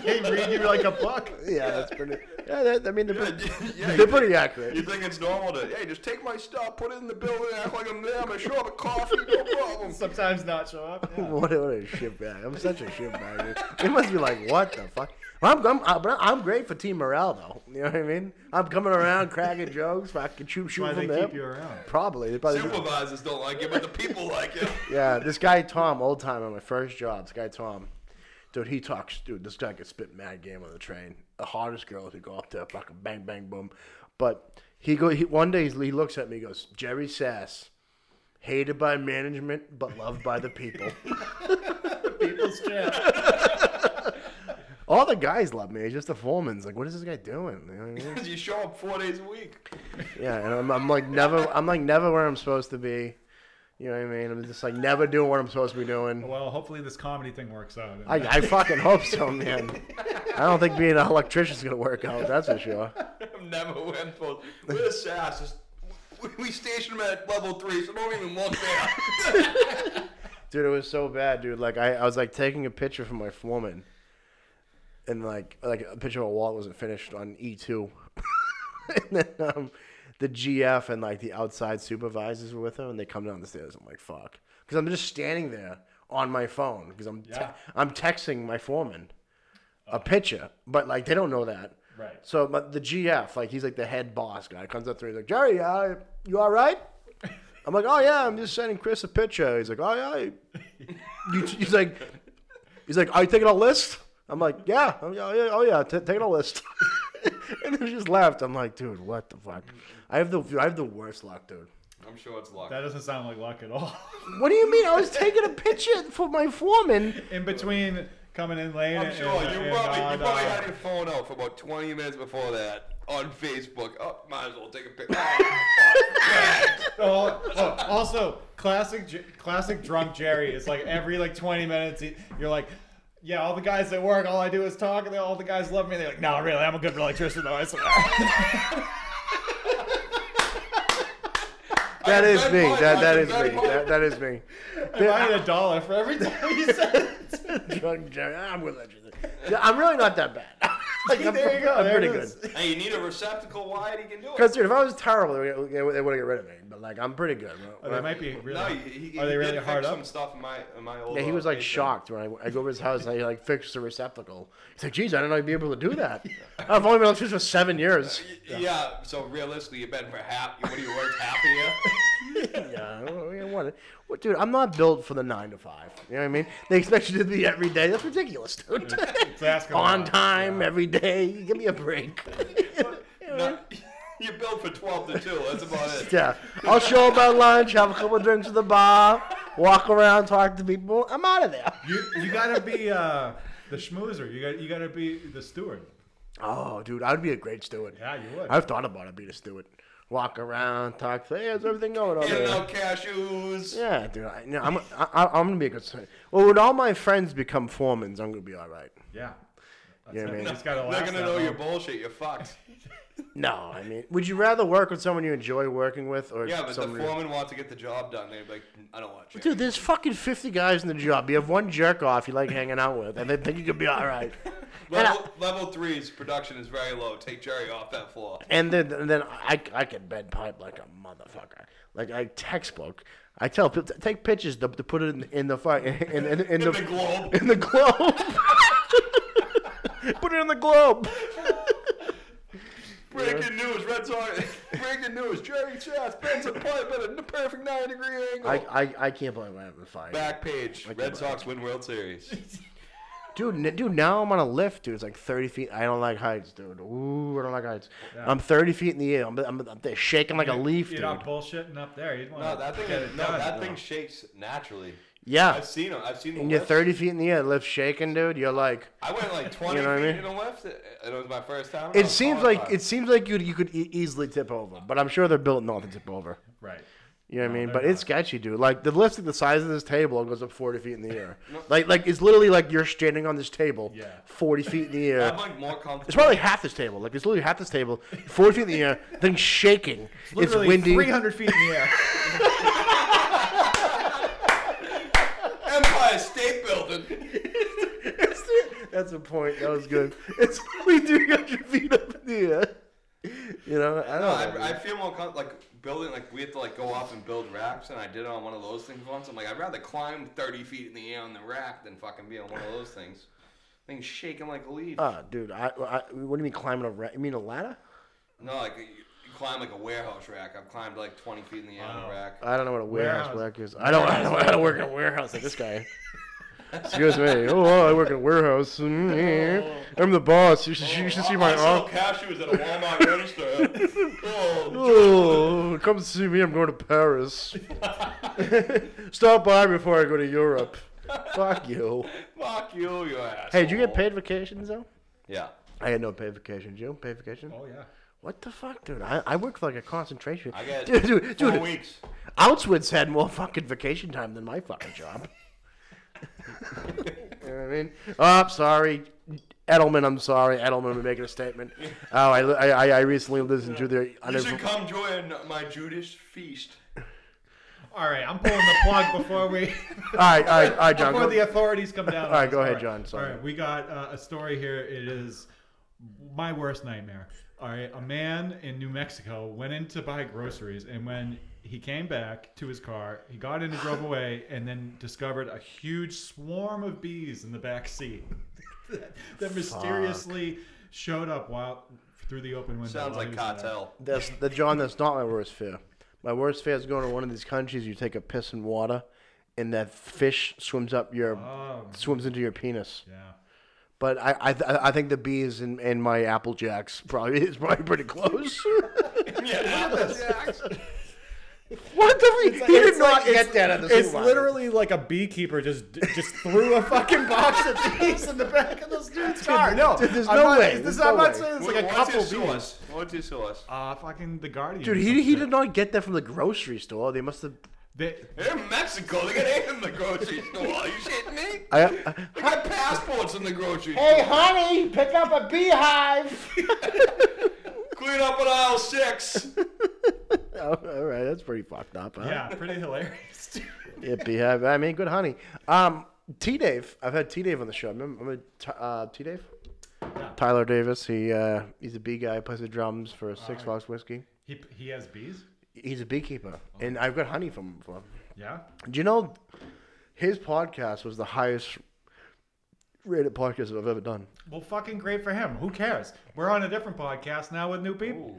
[SPEAKER 3] They read you like a book.
[SPEAKER 2] Yeah, that's pretty. Yeah, that, I mean, they're pretty,
[SPEAKER 4] yeah, you
[SPEAKER 2] they're
[SPEAKER 4] think-
[SPEAKER 2] pretty accurate.
[SPEAKER 4] You think it's normal to, hey, just take my stuff, put it in the building, act like I'm there, I'm gonna show up at coffee, no problem.
[SPEAKER 3] Sometimes not show up. yeah.
[SPEAKER 2] What, a- what a shitbag! I'm such a shitbag. dude. It must be like, what the fuck? Well, I'm, I'm, I'm, I'm great for team morale though. You know what I mean? I'm coming around cracking jokes, fucking shoot, shoot
[SPEAKER 3] Why
[SPEAKER 2] from
[SPEAKER 3] they
[SPEAKER 2] there.
[SPEAKER 3] keep you around?
[SPEAKER 2] Probably. They probably
[SPEAKER 4] Supervisors don't like it, but the people like it.
[SPEAKER 2] yeah, this guy Tom, old time on my first job. This guy Tom, dude, he talks. Dude, this guy could spit mad game on the train. The hardest girls who go up there, fucking bang, bang, boom. But He go he, one day he looks at me. He goes, Jerry Sass, hated by management but loved by the people.
[SPEAKER 3] People's champ.
[SPEAKER 2] All the guys love me. It's just the foreman's like, what is this guy doing? You know what I mean?
[SPEAKER 4] Because you show up four days a week.
[SPEAKER 2] Yeah, and I'm, I'm like never. I'm like never where I'm supposed to be. You know what I mean? I'm just like never doing what I'm supposed to be doing.
[SPEAKER 3] Well, hopefully this comedy thing works out.
[SPEAKER 2] I, I fucking hope so, man. I don't think being an electrician's gonna work out. That's for sure.
[SPEAKER 4] I'm never went for. We're sass. Just, we, we stationed him at level three, so don't even look there.
[SPEAKER 2] Dude, it was so bad, dude. Like I, I was like taking a picture from my foreman, and like like a picture of a wall that wasn't finished on E two, and then um, the GF and like the outside supervisors were with him, and they come down the stairs. I'm like, fuck, because I'm just standing there on my phone because I'm te-
[SPEAKER 3] Yeah.
[SPEAKER 2] I'm texting my foreman a picture, but like they don't know that.
[SPEAKER 3] Right.
[SPEAKER 2] So but the GF, like he's like the head boss guy, comes up to me, he's like, Jerry, uh, you all right? I'm like, oh yeah, I'm just sending Chris a picture. He's like, oh yeah. You- He's like, he's like, are you taking a list? I'm like, yeah, oh yeah, oh, yeah, oh yeah, t- taking a list. and then he just left. I'm like, dude, what the fuck? I have the I have the worst luck, dude.
[SPEAKER 4] I'm sure it's luck.
[SPEAKER 3] that doesn't sound like luck at all.
[SPEAKER 2] What do you mean? I was taking a picture for my foreman.
[SPEAKER 3] In between coming in late.
[SPEAKER 4] I'm
[SPEAKER 3] and-
[SPEAKER 4] sure you
[SPEAKER 3] and,
[SPEAKER 4] probably
[SPEAKER 3] uh,
[SPEAKER 4] you probably
[SPEAKER 3] uh,
[SPEAKER 4] had your phone out for about 20 minutes before that on Facebook. Oh, might as well take a picture. Oh, fuck.
[SPEAKER 3] Oh, oh, also, classic, J- classic drunk Jerry is like every like 20 minutes, he, you're like, yeah, all the guys at work, all I do is talk, and they- all the guys love me. They're like, no, really, I'm a good electrician, though. I swear.
[SPEAKER 2] That
[SPEAKER 4] I
[SPEAKER 2] is
[SPEAKER 4] can
[SPEAKER 2] me.
[SPEAKER 4] bet mine,
[SPEAKER 2] That
[SPEAKER 4] I
[SPEAKER 2] that
[SPEAKER 4] can
[SPEAKER 2] is
[SPEAKER 4] bet
[SPEAKER 2] me.
[SPEAKER 4] mine.
[SPEAKER 2] That, that is me.
[SPEAKER 3] I wanted a dollar for every time you said it.
[SPEAKER 2] Drunk Jerry. I'm gonna let you. Yeah, I'm really not that bad. Like, I'm,
[SPEAKER 3] There you go,
[SPEAKER 2] I'm
[SPEAKER 3] there
[SPEAKER 2] pretty
[SPEAKER 3] it
[SPEAKER 2] good.
[SPEAKER 3] is.
[SPEAKER 4] hey, you need a receptacle wide, you can do it.
[SPEAKER 2] Because dude, if I was terrible, they would get rid of me. But like, I'm pretty good.
[SPEAKER 3] Oh, they might be really.
[SPEAKER 4] No, he, he,
[SPEAKER 3] Are they
[SPEAKER 4] he
[SPEAKER 3] really
[SPEAKER 4] did fix
[SPEAKER 3] hard up?
[SPEAKER 4] some stuff in my, in my old
[SPEAKER 2] yeah, he
[SPEAKER 4] uh,
[SPEAKER 2] was like
[SPEAKER 4] paper.
[SPEAKER 2] shocked when I, I go over his house and I like fixed the receptacle. He's like, "Geez, I didn't know you'd be able to do that. I've only been on this for seven years."
[SPEAKER 4] Y- Yeah. so realistically, you've been for half. What do you work half a year?
[SPEAKER 2] yeah, what, what, what- dude? I'm not built for the nine to five. You know what I mean? They expect you to be every day. That's ridiculous, dude.
[SPEAKER 3] asking a
[SPEAKER 2] On
[SPEAKER 3] lot,
[SPEAKER 2] time every day. Give me a break.
[SPEAKER 4] No, you built for 12 to 2. That's about it.
[SPEAKER 2] yeah, I'll show up at lunch, have a couple drinks at the bar, walk around, talk to people. I'm out of there.
[SPEAKER 3] You, you gotta be uh, the schmoozer. You got you gotta be the steward.
[SPEAKER 2] Oh, dude, I would be a great steward.
[SPEAKER 3] Yeah, you would.
[SPEAKER 2] I've thought about it, being a steward. Walk around, talk. Hey, how's everything going over
[SPEAKER 4] In
[SPEAKER 2] there?
[SPEAKER 4] and out cashews.
[SPEAKER 2] Yeah, dude. I, no, I'm, I, I- I'm gonna be a good. steward. Well, when all my friends become foremen, I'm gonna be all right.
[SPEAKER 3] yeah. That's
[SPEAKER 2] Yeah,
[SPEAKER 3] it.
[SPEAKER 2] man.
[SPEAKER 3] You just gotta
[SPEAKER 4] They're
[SPEAKER 3] last
[SPEAKER 4] going to
[SPEAKER 3] that
[SPEAKER 4] know
[SPEAKER 3] long.
[SPEAKER 4] your bullshit. You're fucked.
[SPEAKER 2] No, I mean, would you rather work with someone you enjoy working with, or
[SPEAKER 4] Yeah, but the
[SPEAKER 2] someone you-
[SPEAKER 4] foreman wants to get the job done. They'd be like, I don't want you.
[SPEAKER 2] Dude, there's fucking 50 guys in the job. You have one jerk off you like hanging out with, and they think you could be all right. And, I,
[SPEAKER 4] Level, level three's production is very low. Take Jerry off that floor.
[SPEAKER 2] and then, and then I, I could bed pipe like a motherfucker, like I textbook. I tell people take pictures to, to put it in, in the fuck in, in, in,
[SPEAKER 4] In the globe.
[SPEAKER 2] in the globe. Put it in the globe.
[SPEAKER 4] Breaking news, Red Sox. Breaking news, Jerry Chats bends a pipe at a perfect 90 degree angle.
[SPEAKER 2] I, I, I can't believe I haven't fired.
[SPEAKER 4] Back page, Red
[SPEAKER 2] can't buy
[SPEAKER 4] Sox win World Series.
[SPEAKER 2] Dude, n- dude, now I'm on a lift, dude. It's like 30 feet. I don't like heights, dude. Ooh, I don't like heights. I'm 30 feet in the air. I'm, I'm, I'm there shaking like a leaf,
[SPEAKER 3] You're
[SPEAKER 2] dude.
[SPEAKER 3] not bullshitting up there. You'd want
[SPEAKER 4] No, that thing,
[SPEAKER 3] get it
[SPEAKER 4] no,
[SPEAKER 3] done.
[SPEAKER 4] that thing shakes naturally.
[SPEAKER 2] Yeah.
[SPEAKER 4] I've seen them. I've seen them.
[SPEAKER 2] And you're 30 feet in the air, lift shaking, dude. You're like,
[SPEAKER 4] I went like 20
[SPEAKER 2] You know what I
[SPEAKER 4] feet
[SPEAKER 2] mean?
[SPEAKER 4] in a lift, and it was my first time. I
[SPEAKER 2] it
[SPEAKER 4] was
[SPEAKER 2] seems
[SPEAKER 4] horrified.
[SPEAKER 2] like it seems like you you could e- easily tip over, but I'm sure they're built not to tip over.
[SPEAKER 3] right.
[SPEAKER 2] You know what I mean?
[SPEAKER 3] they're
[SPEAKER 2] But
[SPEAKER 3] not.
[SPEAKER 2] it's sketchy, dude. Like the lift is the size of this table and goes up 40 feet in the air. Like like it's literally like you're standing on this table,
[SPEAKER 3] Yeah.
[SPEAKER 2] 40 feet in the
[SPEAKER 4] I'm
[SPEAKER 2] air.
[SPEAKER 4] like more comfortable.
[SPEAKER 2] It's probably half this table. Like it's literally half this table, 40 feet in the air, then shaking. It's,
[SPEAKER 3] Literally
[SPEAKER 2] windy.
[SPEAKER 3] 300 feet in the air.
[SPEAKER 4] Empire State Building.
[SPEAKER 2] That's a point. That was good. It's only 300 feet up in the air. You know, I don't
[SPEAKER 4] No,
[SPEAKER 2] know.
[SPEAKER 4] I, I feel more com- like building. Like we have to like go off and build racks, and I did it on one of those things once. I'm like, I'd rather climb 30 feet in the air on the rack than fucking be on one of those things. Things shaking like a leaf.
[SPEAKER 2] Ah, dude, I, I, what do you mean climbing a ra- You mean a ladder?
[SPEAKER 4] no, like you, you climb like a warehouse rack. I've climbed like 20 feet in the air on
[SPEAKER 3] Wow.
[SPEAKER 4] a rack.
[SPEAKER 2] I don't know what a warehouse,
[SPEAKER 3] Warehouse.
[SPEAKER 2] rack is. I don't, I don't, I don't work in a warehouse like this guy. Excuse me. Oh, I work in a warehouse. Mm, I'm the boss. You should, you should see
[SPEAKER 4] Oh,
[SPEAKER 2] my
[SPEAKER 5] I sell
[SPEAKER 2] arm.
[SPEAKER 5] cashews at a Walmart register. oh,
[SPEAKER 2] Oh, come see me. I'm going to Paris. Stop by before I go to Europe. Fuck you.
[SPEAKER 4] Fuck you, you ass.
[SPEAKER 2] Hey, did you get paid vacations though?
[SPEAKER 4] Yeah.
[SPEAKER 2] I had no paid vacation. Did you paid vacation?
[SPEAKER 3] Oh yeah.
[SPEAKER 2] What the fuck, dude? I, I worked like a concentration.
[SPEAKER 4] I got
[SPEAKER 2] dude, dude,
[SPEAKER 5] four
[SPEAKER 2] dude
[SPEAKER 5] weeks.
[SPEAKER 2] Auschwitz had more fucking vacation time than my fucking job. you know what I mean? Oh, sorry. Edelman, I'm sorry. Edelman, we're making a statement. Oh, I, I, I recently listened to their.
[SPEAKER 5] You should come join my Judas feast.
[SPEAKER 3] All right, I'm pulling the plug before we
[SPEAKER 2] all right, all right, all right, John.
[SPEAKER 3] before
[SPEAKER 2] go-
[SPEAKER 3] the authorities come down. on
[SPEAKER 2] All right,
[SPEAKER 3] us.
[SPEAKER 2] go ahead, John, sorry.
[SPEAKER 3] All right, we got uh, a story here. It is my worst nightmare. All right, a man in New Mexico went in to buy groceries, and when he came back to his car, he got in and drove away, and then discovered a huge swarm of bees in the back seat that, that mysteriously showed up while through the open window.
[SPEAKER 4] Sounds
[SPEAKER 3] while he
[SPEAKER 4] like
[SPEAKER 3] was there.
[SPEAKER 4] cartel.
[SPEAKER 2] That's the John. That's not my worst fear. My worst fear is going to one of these countries. You take a piss in water, and that fish swims up your
[SPEAKER 3] Oh.
[SPEAKER 2] swims into your penis.
[SPEAKER 3] Yeah.
[SPEAKER 2] But I I, th- I think the bees in, in my apple jacks probably is probably pretty close. what the? It's he did not get that at the
[SPEAKER 6] It's
[SPEAKER 2] supermarket.
[SPEAKER 6] literally like a beekeeper just just threw a fucking box of bees in the back of this dude's car. No,
[SPEAKER 2] There's
[SPEAKER 6] I'm
[SPEAKER 2] no
[SPEAKER 6] not,
[SPEAKER 2] way.
[SPEAKER 6] This,
[SPEAKER 2] There's
[SPEAKER 6] I'm
[SPEAKER 2] no
[SPEAKER 6] not
[SPEAKER 2] way.
[SPEAKER 6] saying it's like a
[SPEAKER 4] What's
[SPEAKER 6] couple
[SPEAKER 4] your
[SPEAKER 6] bees.
[SPEAKER 4] source? What's your source?
[SPEAKER 3] Uh, fucking the Guardian.
[SPEAKER 2] dude.
[SPEAKER 3] or
[SPEAKER 2] He
[SPEAKER 3] some
[SPEAKER 2] he
[SPEAKER 3] shit.
[SPEAKER 2] did not get that from the grocery store. They must have.
[SPEAKER 3] They,
[SPEAKER 5] They're in Mexico. They got egg in the grocery store. Are you shitting me?
[SPEAKER 2] I, I,
[SPEAKER 5] They got passports in the grocery store.
[SPEAKER 2] honey, pick up a beehive.
[SPEAKER 5] Clean up at aisle six.
[SPEAKER 2] oh, all right, that's pretty fucked up. Huh?
[SPEAKER 3] yeah, pretty hilarious. dude.
[SPEAKER 2] Yeah, beehive. I mean, good honey. Um, T Dave. I've had T Dave on the show. Remember, remember T- uh, T Dave? Tyler Davis. He uh, he's a bee guy. Plays the drums for Six Fox Whiskey.
[SPEAKER 3] he, he has bees.
[SPEAKER 2] He's a beekeeper, and I've got honey from him. for him.
[SPEAKER 3] Yeah.
[SPEAKER 2] Do you know his podcast was the highest rated podcast I've ever done?
[SPEAKER 3] Well, fucking great for him. Who cares? We're on a different podcast now with new people.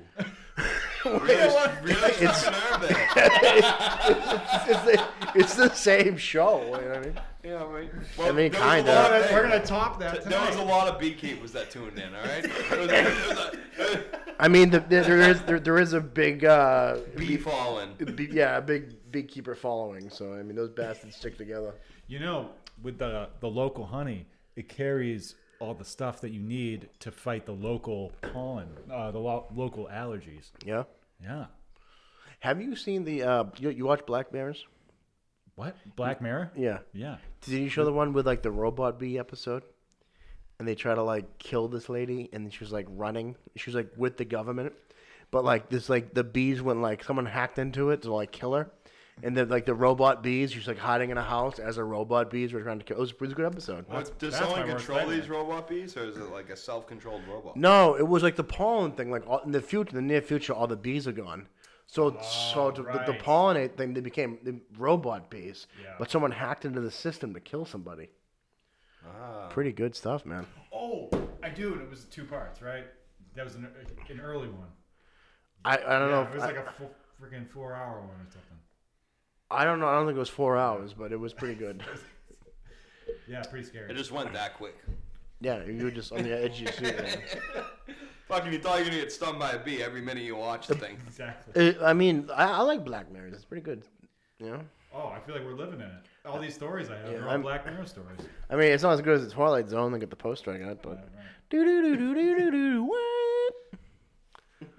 [SPEAKER 5] Really, really stuck in Irvine.
[SPEAKER 2] It's the, it's the same show. You know what I mean?
[SPEAKER 4] Yeah, right.
[SPEAKER 2] I mean,
[SPEAKER 5] there was a
[SPEAKER 2] kinda.
[SPEAKER 5] lot
[SPEAKER 3] We're
[SPEAKER 5] of-
[SPEAKER 3] gonna- We're gonna top that
[SPEAKER 5] There was a
[SPEAKER 3] tonight.
[SPEAKER 5] lot of beekeepers that tuned in, all right? There was, there was a,
[SPEAKER 2] I mean, the, the, there is there, there is a big uh,
[SPEAKER 4] Be fallen.
[SPEAKER 2] bee, yeah a big beekeeper following. So I mean, those bastards stick together.
[SPEAKER 3] You know, with the the local honey, it carries all the stuff that you need to fight the local pollen, uh, the lo- local allergies.
[SPEAKER 2] Yeah.
[SPEAKER 3] Yeah.
[SPEAKER 2] Have you seen the uh you, you watch Black Bears?
[SPEAKER 3] What? Black Mirror?
[SPEAKER 2] Yeah.
[SPEAKER 3] Yeah.
[SPEAKER 2] Did you show the one with like the robot bee episode? And they try to like kill this lady and she was like running. She was like with the government. But like this like the bees went like someone hacked into it to like kill her. And then like the robot bees, she was like hiding in a house as a robot bees were trying to kill. It was, it was a good episode.
[SPEAKER 4] Does
[SPEAKER 3] that's
[SPEAKER 4] someone
[SPEAKER 3] my worst
[SPEAKER 4] control
[SPEAKER 3] nightmare.
[SPEAKER 4] these robot bees, or is it like a self-controlled robot?
[SPEAKER 2] No, it was like the pollen thing. Like all, in the future, in the near future, all the bees are gone. So, so to, the, the
[SPEAKER 3] Oh, right.
[SPEAKER 2] pollinate thing, they became the robot bees.
[SPEAKER 3] Yeah.
[SPEAKER 2] But someone hacked into the system to kill somebody.
[SPEAKER 3] Ah.
[SPEAKER 2] Pretty good stuff, man.
[SPEAKER 3] Oh, I do. And it was two parts, right? That was an, an early one.
[SPEAKER 2] I, I don't know.
[SPEAKER 3] Yeah,
[SPEAKER 2] If,
[SPEAKER 3] it was
[SPEAKER 2] I,
[SPEAKER 3] like a full, freaking four hour one or something.
[SPEAKER 2] I don't know. I don't think it was four hours, but it was pretty good.
[SPEAKER 3] Yeah, pretty scary.
[SPEAKER 4] It just went that quick.
[SPEAKER 2] yeah, you were just on the edge of your seat. man.
[SPEAKER 4] Fuck, if you thought you were gonna get stung by a bee every minute you watched the thing.
[SPEAKER 3] exactly.
[SPEAKER 2] It- I mean, I, I like Black Mirror. It's pretty good. You know,
[SPEAKER 3] Oh, I feel like we're living in it. All these stories I have
[SPEAKER 2] Yeah,
[SPEAKER 3] are all
[SPEAKER 2] I'm-
[SPEAKER 3] Black Mirror stories.
[SPEAKER 2] I mean, it's not as good as the Twilight Zone. Look at the poster I got, but do do do do do do do. What?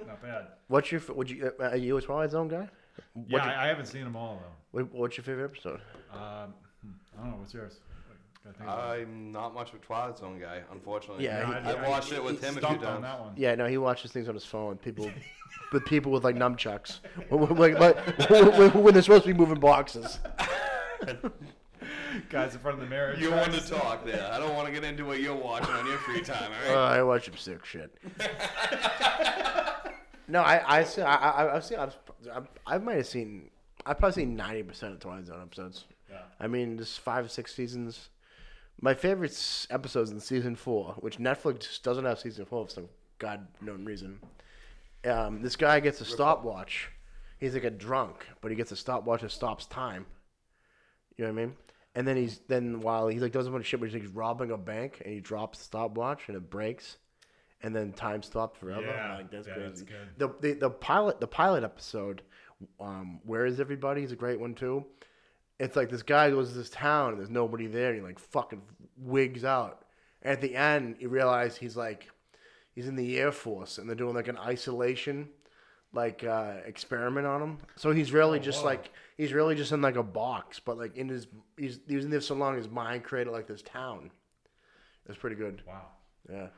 [SPEAKER 3] Not bad.
[SPEAKER 2] What's your? f- Would you? uh, Are you a Twilight Zone guy?
[SPEAKER 3] Yeah, I, I haven't seen them all though.
[SPEAKER 2] What, what's your favorite episode?
[SPEAKER 3] Um, hmm, I don't know what's yours. Gotta think about it.
[SPEAKER 4] I'm not much of a Twilight Zone guy, unfortunately.
[SPEAKER 2] Yeah, he-
[SPEAKER 4] Uh, I, have watched it with him a few
[SPEAKER 3] Stumped on
[SPEAKER 4] times.
[SPEAKER 3] that one.
[SPEAKER 2] Yeah, no, he watches things on his phone. People, with people with like nunchucks, when, when- like, when, when they're supposed to be moving boxes.
[SPEAKER 3] Guys in front of the mirror.
[SPEAKER 4] You want to talk there? I don't want to get into what you're watching on your free time. All
[SPEAKER 2] Uh,
[SPEAKER 4] right.
[SPEAKER 2] I watch him sick shit. no, I I see, I, I I've seen I've, I've, I might have seen I've probably seen ninety percent of Twilight Zone episodes.
[SPEAKER 3] Yeah.
[SPEAKER 2] I mean, just five or six seasons. My favorite s- episodes in season four, which Netflix doesn't have season four for some god known reason. Um, this guy gets a stopwatch. He's like a drunk, but he gets a stopwatch that stops time. You know what I mean? And then he's then while he like does a bunch of shit, where he's like robbing a bank and he drops the stopwatch and it breaks, and then time stopped forever.
[SPEAKER 3] Yeah.
[SPEAKER 2] like that's
[SPEAKER 3] Yeah,
[SPEAKER 2] crazy.
[SPEAKER 3] that's good.
[SPEAKER 2] The, the the pilot the pilot episode, um, where is everybody? Is a great one too. It's like this guy goes to this town and there's nobody there. And he like fucking wigs out. And at the end, you realize he's like, he's in the Air Force and they're doing like an isolation, like uh, experiment on him. So he's
[SPEAKER 3] Oh,
[SPEAKER 2] really just like he's really just in like a box, but like in his he's he was in there so long his mind created like this town. It's pretty good.
[SPEAKER 3] Wow.
[SPEAKER 2] Yeah.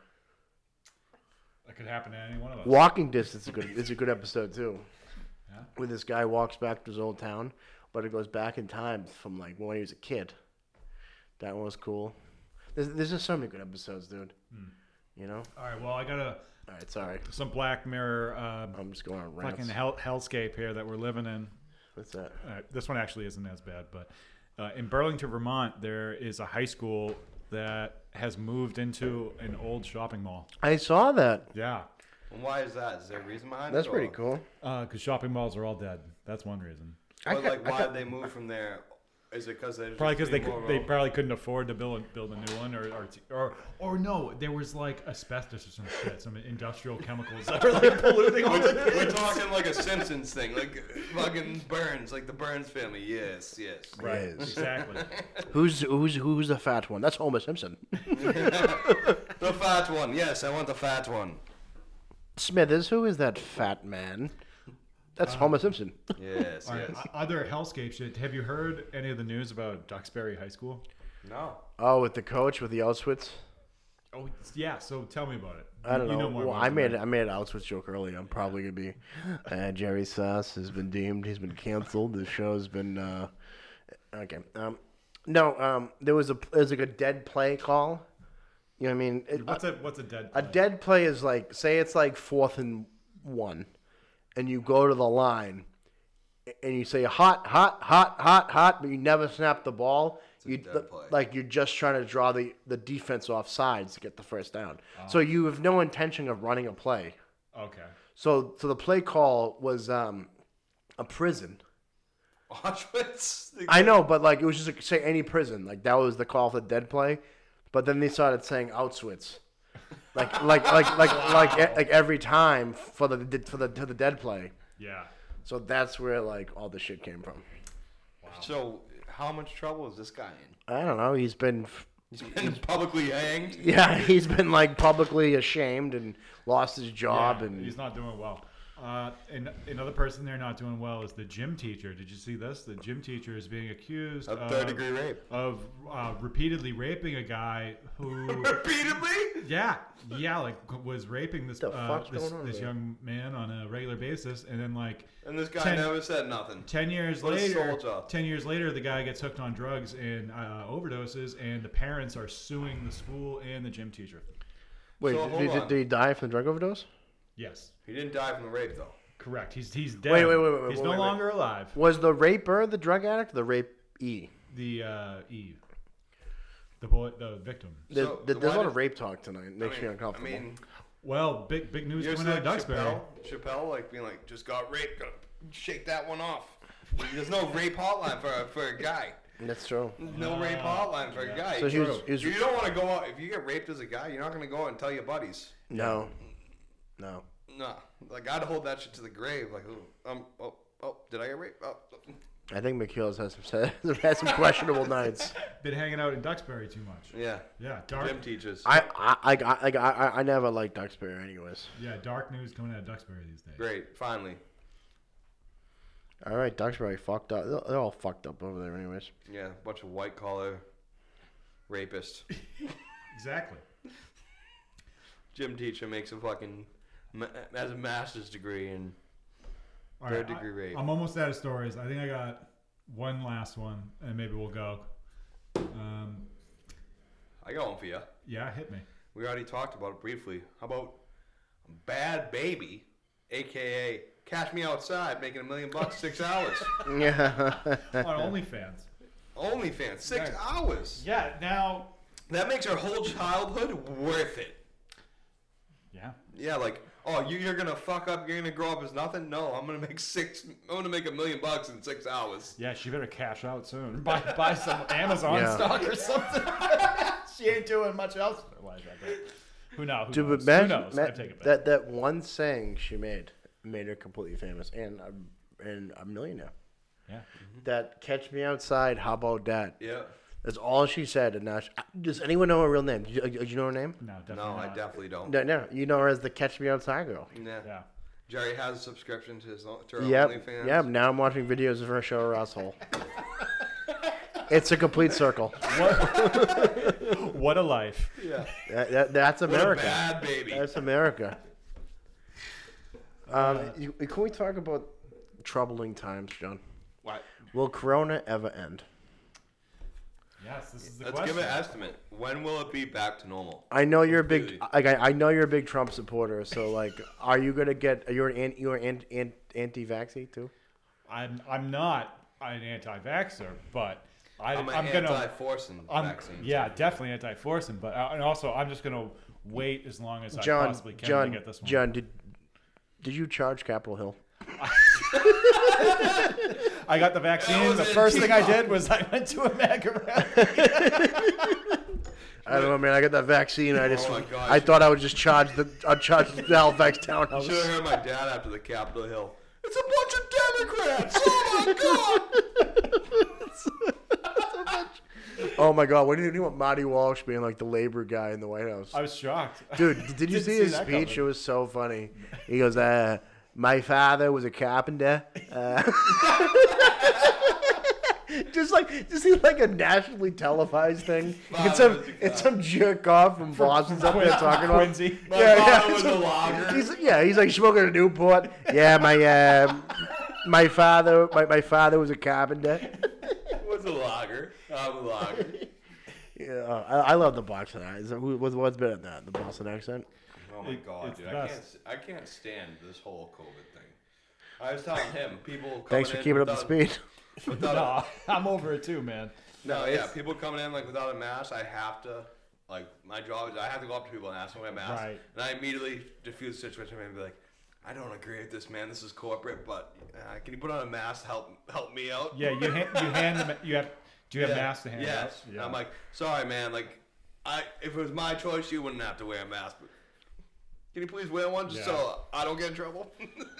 [SPEAKER 3] That could happen to any one of us.
[SPEAKER 2] Walking Distance is a good is a good episode too.
[SPEAKER 3] Yeah.
[SPEAKER 2] When this guy walks back to his old town, but it goes back in time from like when he was a kid. That one was cool. There's, there's just so many good episodes, dude.
[SPEAKER 3] Hmm.
[SPEAKER 2] You know.
[SPEAKER 3] All right. Well, I got a
[SPEAKER 2] All right, sorry.
[SPEAKER 3] some Black Mirror uh,
[SPEAKER 2] I'm just going on rants.
[SPEAKER 3] fucking hell, hellscape here that we're living in.
[SPEAKER 2] What's that?
[SPEAKER 3] uh, this one actually isn't as bad, but uh, in Burlington, Vermont, there is a high school that has moved into an old shopping mall.
[SPEAKER 2] I saw that.
[SPEAKER 3] Yeah,
[SPEAKER 4] And why is that? Is there a reason behind
[SPEAKER 2] That's
[SPEAKER 4] it?
[SPEAKER 2] pretty
[SPEAKER 4] or-
[SPEAKER 2] cool.
[SPEAKER 3] because Uh, shopping malls are all dead. That's one reason.
[SPEAKER 2] I
[SPEAKER 4] Or
[SPEAKER 2] ca-
[SPEAKER 4] like,
[SPEAKER 2] I
[SPEAKER 4] why
[SPEAKER 2] ca-
[SPEAKER 4] did they move from there? Is it because they
[SPEAKER 3] Probably because they cou- they probably couldn't afford to build build a new one, or or t- or, or no, there was like asbestos or some shit, some industrial chemicals that were like polluting all the kids.
[SPEAKER 4] We're talking like a Simpsons thing, like fucking Burns, like the Burns family. Yes, yes.
[SPEAKER 2] Right.
[SPEAKER 3] Exactly.
[SPEAKER 2] Who's who's who's the fat one? That's Homer Simpson.
[SPEAKER 4] The fat one. Yes, I want the fat one.
[SPEAKER 2] Smithers, who is that fat man? That's Homer Simpson.
[SPEAKER 4] Yes,
[SPEAKER 3] All right,
[SPEAKER 4] yes.
[SPEAKER 3] o- other hellscape shit. Have you heard any of the news about Duxbury High School?
[SPEAKER 4] No.
[SPEAKER 2] Oh, with the coach with the Auschwitz.
[SPEAKER 3] Oh it's- yeah. So tell me about it.
[SPEAKER 2] I don't
[SPEAKER 3] You-
[SPEAKER 2] know.
[SPEAKER 3] you more
[SPEAKER 2] well,
[SPEAKER 3] about
[SPEAKER 2] I
[SPEAKER 3] it.
[SPEAKER 2] made I made an Auschwitz joke earlier. I'm probably gonna be. Uh, Jerry Sass has been deemed. He's been canceled. The show's been. Uh, okay. Um, no. Um, there was a there was like a dead play call. You know what I mean? It-
[SPEAKER 3] What's a what's a dead?
[SPEAKER 2] A
[SPEAKER 3] play?
[SPEAKER 2] dead play is like say it's like fourth and one, and you go to the line, and you say hot, hot, hot, hot, hot, but you never snap the ball. you
[SPEAKER 4] dead
[SPEAKER 2] th-
[SPEAKER 4] play.
[SPEAKER 2] like you're just trying to draw the the defense off sides to get the first down.
[SPEAKER 4] Oh.
[SPEAKER 2] So you have no intention of running a play.
[SPEAKER 3] Okay.
[SPEAKER 2] So so the play call was um, a prison.
[SPEAKER 4] Auschwitz.
[SPEAKER 2] I know, but like it was just like, say any prison. Like that was the call for dead play, but then they started saying Auschwitz, like like like like like e- like every time for the for the to the dead play.
[SPEAKER 3] Yeah.
[SPEAKER 2] So that's where like all the shit came from.
[SPEAKER 4] So, how much trouble is this guy in?
[SPEAKER 2] I don't know. He's been f-
[SPEAKER 4] He's been publicly hanged.
[SPEAKER 2] yeah, he's been like publicly ashamed and lost his job
[SPEAKER 3] Yeah,
[SPEAKER 2] and
[SPEAKER 3] he's not doing well. Uh, and another person they're not doing well is the gym teacher. Did you see this? The gym teacher is being accused
[SPEAKER 4] Of
[SPEAKER 3] of
[SPEAKER 4] third degree rape.
[SPEAKER 3] of uh, repeatedly raping a guy who,
[SPEAKER 4] Repeatedly?
[SPEAKER 3] yeah, yeah, like was raping this
[SPEAKER 2] The
[SPEAKER 3] uh,
[SPEAKER 2] fuck's
[SPEAKER 3] this,
[SPEAKER 2] going on
[SPEAKER 3] this
[SPEAKER 2] here?
[SPEAKER 3] young man on a regular basis, and then like
[SPEAKER 4] And this guy
[SPEAKER 3] Ten-
[SPEAKER 4] never said nothing.
[SPEAKER 3] ten years
[SPEAKER 4] What a
[SPEAKER 3] later,
[SPEAKER 4] soldier.
[SPEAKER 3] ten years later, the guy gets hooked on drugs and uh, overdoses, and the parents are suing the school and the gym teacher.
[SPEAKER 2] wait,
[SPEAKER 4] So,
[SPEAKER 2] did,
[SPEAKER 4] hold
[SPEAKER 2] did,
[SPEAKER 4] on.
[SPEAKER 2] did he die from the drug overdose?
[SPEAKER 3] Yes,
[SPEAKER 4] He didn't die from the rape, though.
[SPEAKER 3] correct. He's he's dead.
[SPEAKER 2] wait, wait, wait, wait,
[SPEAKER 3] He's no
[SPEAKER 2] wait, wait.
[SPEAKER 3] longer alive.
[SPEAKER 2] Was the raper the drug addict? Or the rape e.
[SPEAKER 3] the uh, Eve, the boy, the victim.
[SPEAKER 2] There's,
[SPEAKER 4] So,
[SPEAKER 2] there-
[SPEAKER 4] why
[SPEAKER 2] there's a lot
[SPEAKER 4] did-
[SPEAKER 2] of rape talk tonight. It Makes
[SPEAKER 4] I
[SPEAKER 2] me
[SPEAKER 4] mean, I
[SPEAKER 2] uncomfortable.
[SPEAKER 4] mean,
[SPEAKER 3] Well, big big news
[SPEAKER 4] you ever
[SPEAKER 3] coming
[SPEAKER 4] see,
[SPEAKER 3] out of
[SPEAKER 4] like, Chappelle?
[SPEAKER 3] Duxbury.
[SPEAKER 4] Chappelle, like, being like, just got raped. Gotta shake that one off. There's no rape hotline for a, for a guy.
[SPEAKER 2] That's true.
[SPEAKER 4] No rape hotline for a guy.
[SPEAKER 2] So he was, he was
[SPEAKER 4] you don't want to go out. If you get raped as a guy, you're not going to go out and tell your buddies.
[SPEAKER 2] No. No.
[SPEAKER 4] Nah. Like, I'd hold that shit to the grave. Like, ooh, um, oh, oh, did I get raped? Oh, oh.
[SPEAKER 2] I think McKeel's has some had some questionable nights.
[SPEAKER 3] Been hanging out in Duxbury too much.
[SPEAKER 4] Yeah.
[SPEAKER 3] Yeah, dark.
[SPEAKER 4] Gym teachers.
[SPEAKER 2] I I, I, I, I, I never liked Duxbury anyways.
[SPEAKER 3] Yeah, dark news coming out of Duxbury these days.
[SPEAKER 4] Great. Finally.
[SPEAKER 2] All right, Duxbury fucked up. They're- They're all fucked up over there anyways.
[SPEAKER 4] Yeah. bunch of white collar rapists.
[SPEAKER 3] Exactly.
[SPEAKER 4] Gym teacher makes a fucking. ma- Has a master's degree in.
[SPEAKER 3] All
[SPEAKER 4] Third
[SPEAKER 3] right,
[SPEAKER 4] degree rape.
[SPEAKER 3] I, am almost out of stories. I think I got one last one, and maybe we'll go. Um,
[SPEAKER 4] I got one for you.
[SPEAKER 3] yeah, hit me.
[SPEAKER 4] We already talked about it briefly. How about Bad Baby, aka Cash Me Outside, making a million bucks six hours.
[SPEAKER 2] Yeah.
[SPEAKER 3] On OnlyFans.
[SPEAKER 4] OnlyFans, six
[SPEAKER 3] Nice.
[SPEAKER 4] hours.
[SPEAKER 3] Yeah. Now.
[SPEAKER 4] That makes her whole childhood worth it.
[SPEAKER 3] Yeah.
[SPEAKER 4] Yeah, like oh, you, you're gonna fuck up. You're gonna grow up as nothing. No, I'm gonna make six. I'm gonna make a million bucks in six hours.
[SPEAKER 3] Yeah, she better cash out soon. Buy, buy some Amazon
[SPEAKER 2] Yeah.
[SPEAKER 3] stock or something. she ain't doing much else with her life. I bet. Who know- who knows?
[SPEAKER 2] Dude,
[SPEAKER 3] Who knows?
[SPEAKER 2] but imagine,
[SPEAKER 3] I
[SPEAKER 2] ma-
[SPEAKER 3] take it back.
[SPEAKER 2] that that one saying she made made her completely famous and a, and a millionaire.
[SPEAKER 3] yeah.
[SPEAKER 2] That catch me outside, how about that?
[SPEAKER 4] Yeah.
[SPEAKER 2] That's all she said. And now, she, does anyone know her real name? Do you, uh, do you know her name?
[SPEAKER 3] No, definitely
[SPEAKER 4] No, I
[SPEAKER 3] not.
[SPEAKER 4] definitely don't.
[SPEAKER 2] No, no. You know her as the catch me outside girl.
[SPEAKER 4] Nah.
[SPEAKER 3] Yeah.
[SPEAKER 4] Jerry has a subscription to his own, to her
[SPEAKER 2] Yep.
[SPEAKER 4] OnlyFans.
[SPEAKER 2] Yep. Now I'm watching videos of her show her asshole. it's a complete circle.
[SPEAKER 3] What a life.
[SPEAKER 2] That, that, that's America.
[SPEAKER 4] Bad baby.
[SPEAKER 2] That's America. Um, you- can we talk about troubling times, John?
[SPEAKER 4] What?
[SPEAKER 2] Will Corona ever end?
[SPEAKER 3] Yes, this is the
[SPEAKER 4] Let's
[SPEAKER 3] question.
[SPEAKER 4] give an estimate. When will it be back to normal?
[SPEAKER 2] I know you're a big,
[SPEAKER 4] Completely.
[SPEAKER 2] like, I, I know you're a big Trump supporter. So, like, are you gonna get? You're an an- you're an, an, anti-vaxxy too.
[SPEAKER 3] I'm I'm not an anti-vaxxer, but I,
[SPEAKER 4] I'm
[SPEAKER 3] I'm,
[SPEAKER 4] an
[SPEAKER 3] gonna
[SPEAKER 4] anti-forcing
[SPEAKER 3] I'm,
[SPEAKER 4] vaccine.
[SPEAKER 3] Yeah, definitely anti-forcing, but uh, and also I'm just gonna wait as long as I
[SPEAKER 2] John,
[SPEAKER 3] possibly can to
[SPEAKER 2] John,
[SPEAKER 3] get this one.
[SPEAKER 2] John, did did you charge Capitol Hill?
[SPEAKER 3] I got the vaccine.
[SPEAKER 4] was
[SPEAKER 3] The
[SPEAKER 4] it.
[SPEAKER 3] first thing I did was I went to a mega rally.
[SPEAKER 2] I don't know, man. I got that vaccine. I just,
[SPEAKER 4] Oh my gosh.
[SPEAKER 2] I thought I would just charge the, I charge the Halifax
[SPEAKER 4] You should have
[SPEAKER 2] townhouse.
[SPEAKER 4] heard my dad after the Capitol Hill. It's a bunch of Democrats. Oh my god.
[SPEAKER 2] Oh my God, what do you, do you want Marty Walsh being like the labor guy in the White House?
[SPEAKER 3] I was shocked.
[SPEAKER 2] Dude, did you
[SPEAKER 3] Didn't
[SPEAKER 2] see
[SPEAKER 3] see
[SPEAKER 2] his
[SPEAKER 3] that
[SPEAKER 2] speech?
[SPEAKER 3] coming.
[SPEAKER 2] It was so funny. He goes, uh, "My father was a carpenter." Uh, just like, just see like a nationally televised thing.
[SPEAKER 4] Father
[SPEAKER 2] It's some,
[SPEAKER 4] was a
[SPEAKER 2] it's some jerk off from Boston's up there talking about.
[SPEAKER 3] Quincy.
[SPEAKER 4] My
[SPEAKER 2] Yeah,
[SPEAKER 4] father
[SPEAKER 2] yeah.
[SPEAKER 4] Oh, was a logger.
[SPEAKER 2] He's yeah, he's like smoking a Newport. Yeah, my uh, my father, my, my father was a carpenter.
[SPEAKER 4] was a logger. I'm a logger.
[SPEAKER 2] Yeah, uh, I, I love the Boston accent. Who- What's what's better than that? The Boston accent.
[SPEAKER 4] Oh my
[SPEAKER 3] It-
[SPEAKER 4] god,
[SPEAKER 3] it's
[SPEAKER 4] dude!
[SPEAKER 3] the
[SPEAKER 4] I
[SPEAKER 3] best.
[SPEAKER 4] can't. s- I can't stand this whole COVID thing. I was telling him people. Coming
[SPEAKER 2] Thanks for
[SPEAKER 4] in
[SPEAKER 2] keeping up the
[SPEAKER 4] without-
[SPEAKER 2] speed.
[SPEAKER 4] Without a-
[SPEAKER 3] Nah, I'm over it too, man.
[SPEAKER 4] No, yeah, people coming in like without a mask. I have to, like, my job is I have to go up to people and ask them what a mask.
[SPEAKER 3] Right.
[SPEAKER 4] And I immediately diffuse the situation and be like, I don't agree with this, man. This is corporate, but uh, can you put on a mask? to Help, help me out.
[SPEAKER 3] Yeah, you hand, you hand them. You have. Do you have masks to hand
[SPEAKER 4] Yes.
[SPEAKER 3] out?
[SPEAKER 4] And I'm like, sorry, man. Like, I if it was my choice, you wouldn't have to wear a mask. But can you please wear one just
[SPEAKER 3] Yeah.
[SPEAKER 4] so I don't get in trouble?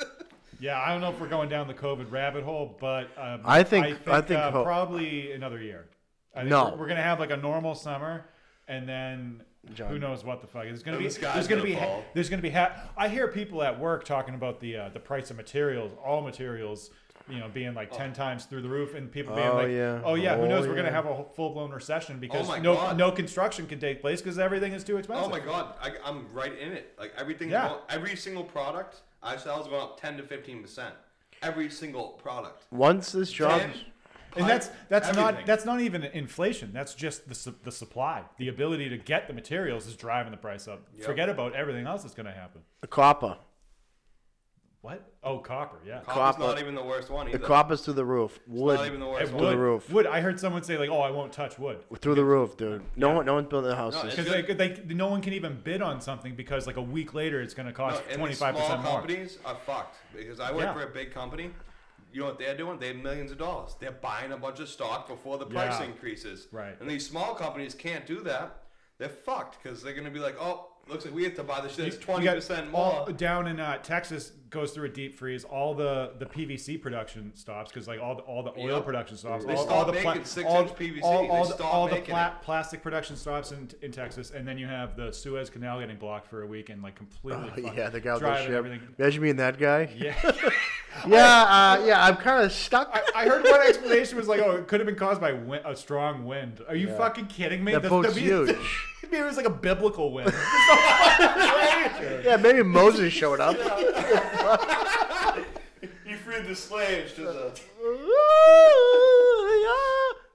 [SPEAKER 3] yeah. I don't know if we're going down the COVID rabbit hole, but um,
[SPEAKER 2] I think- I think
[SPEAKER 3] uh,
[SPEAKER 2] ho-
[SPEAKER 3] probably another year. I think
[SPEAKER 2] No.
[SPEAKER 3] we're, we're gonna have like a normal summer, and then who
[SPEAKER 2] John.
[SPEAKER 3] knows what the fuck is gonna
[SPEAKER 4] And
[SPEAKER 3] be.
[SPEAKER 4] the sky's
[SPEAKER 3] There's gonna,
[SPEAKER 4] gonna
[SPEAKER 3] be. ha-
[SPEAKER 4] fall.
[SPEAKER 3] There's gonna be. Ha- I hear people at work talking about the uh, the price of materials, all materials. You know, being like
[SPEAKER 4] Oh.
[SPEAKER 3] ten times through the roof, and people being
[SPEAKER 2] Oh,
[SPEAKER 3] like,
[SPEAKER 2] yeah.
[SPEAKER 3] "Oh yeah, who
[SPEAKER 2] Oh,
[SPEAKER 3] knows? We're gonna
[SPEAKER 2] yeah.
[SPEAKER 3] have a full blown recession because
[SPEAKER 4] Oh my
[SPEAKER 3] no
[SPEAKER 4] God.
[SPEAKER 3] no construction can take place because everything is too expensive."
[SPEAKER 4] oh my god, I, I'm right in it. Like everything,
[SPEAKER 3] Yeah.
[SPEAKER 4] every single product I sell is going up ten to fifteen percent. Every single product.
[SPEAKER 2] Once this job,
[SPEAKER 4] Ten,
[SPEAKER 3] and that's that's
[SPEAKER 4] everything.
[SPEAKER 3] not that's not even inflation. That's just the su- the supply, the ability to get the materials is driving the price up. Forget about everything else that's going to happen.
[SPEAKER 2] the copper,
[SPEAKER 3] What? Oh, copper. Yeah.
[SPEAKER 4] Copper's
[SPEAKER 2] copper-
[SPEAKER 4] not even the worst one
[SPEAKER 2] the
[SPEAKER 4] either.
[SPEAKER 2] copper's through the roof. Wood
[SPEAKER 4] not even the
[SPEAKER 3] Hey,
[SPEAKER 4] worst
[SPEAKER 3] wood,
[SPEAKER 4] one.
[SPEAKER 2] the roof.
[SPEAKER 3] wood. I heard someone say like, "Oh, I won't touch wood,"
[SPEAKER 2] through the roof, dude. No one, no one's building houses.
[SPEAKER 4] it's-
[SPEAKER 3] because they, they, no one can even bid on something because like a week later it's going to
[SPEAKER 4] No,
[SPEAKER 3] cost
[SPEAKER 4] and
[SPEAKER 3] twenty
[SPEAKER 4] these
[SPEAKER 3] five
[SPEAKER 4] small
[SPEAKER 3] percent more.
[SPEAKER 4] companies are fucked because I work
[SPEAKER 3] Yeah.
[SPEAKER 4] for a big company. You know what they're doing? They have millions of dollars. They're buying a bunch of stock before the price
[SPEAKER 3] Yeah.
[SPEAKER 4] increases.
[SPEAKER 3] Right.
[SPEAKER 4] And these small companies can't do that. They're fucked because they're gonna be like, oh, looks like we have to buy this shit. It's
[SPEAKER 3] You
[SPEAKER 4] twenty
[SPEAKER 3] got
[SPEAKER 4] percent
[SPEAKER 3] all-
[SPEAKER 4] more.
[SPEAKER 3] down in uh, Texas goes through a deep freeze. All the, the PVC production stops because like all the, all the oil
[SPEAKER 4] Yep.
[SPEAKER 3] production stops.
[SPEAKER 4] They
[SPEAKER 3] all,
[SPEAKER 4] stop
[SPEAKER 3] all the
[SPEAKER 4] making six
[SPEAKER 3] all,
[SPEAKER 4] inch PVC.
[SPEAKER 3] All, all
[SPEAKER 4] They
[SPEAKER 3] the,
[SPEAKER 4] stop
[SPEAKER 3] all the
[SPEAKER 4] making
[SPEAKER 3] pla- plastic production stops in, in Texas, and then you have the Suez Canal getting blocked for a week and like completely. fucking
[SPEAKER 2] Oh, yeah, the guy with the
[SPEAKER 3] driving
[SPEAKER 2] ship.
[SPEAKER 3] everything.
[SPEAKER 2] Imagine being that guy.
[SPEAKER 3] Yeah.
[SPEAKER 2] Yeah, uh, yeah. I'm kind of stuck.
[SPEAKER 3] I heard one explanation was like, "Oh, it could have been caused by win- a strong wind." Are you fucking kidding me?
[SPEAKER 2] That
[SPEAKER 3] The-
[SPEAKER 2] boat's
[SPEAKER 3] the-
[SPEAKER 2] huge.
[SPEAKER 3] Maybe it was like a biblical wind.
[SPEAKER 2] yeah, maybe Moses showed up.
[SPEAKER 4] you freed the slaves to the.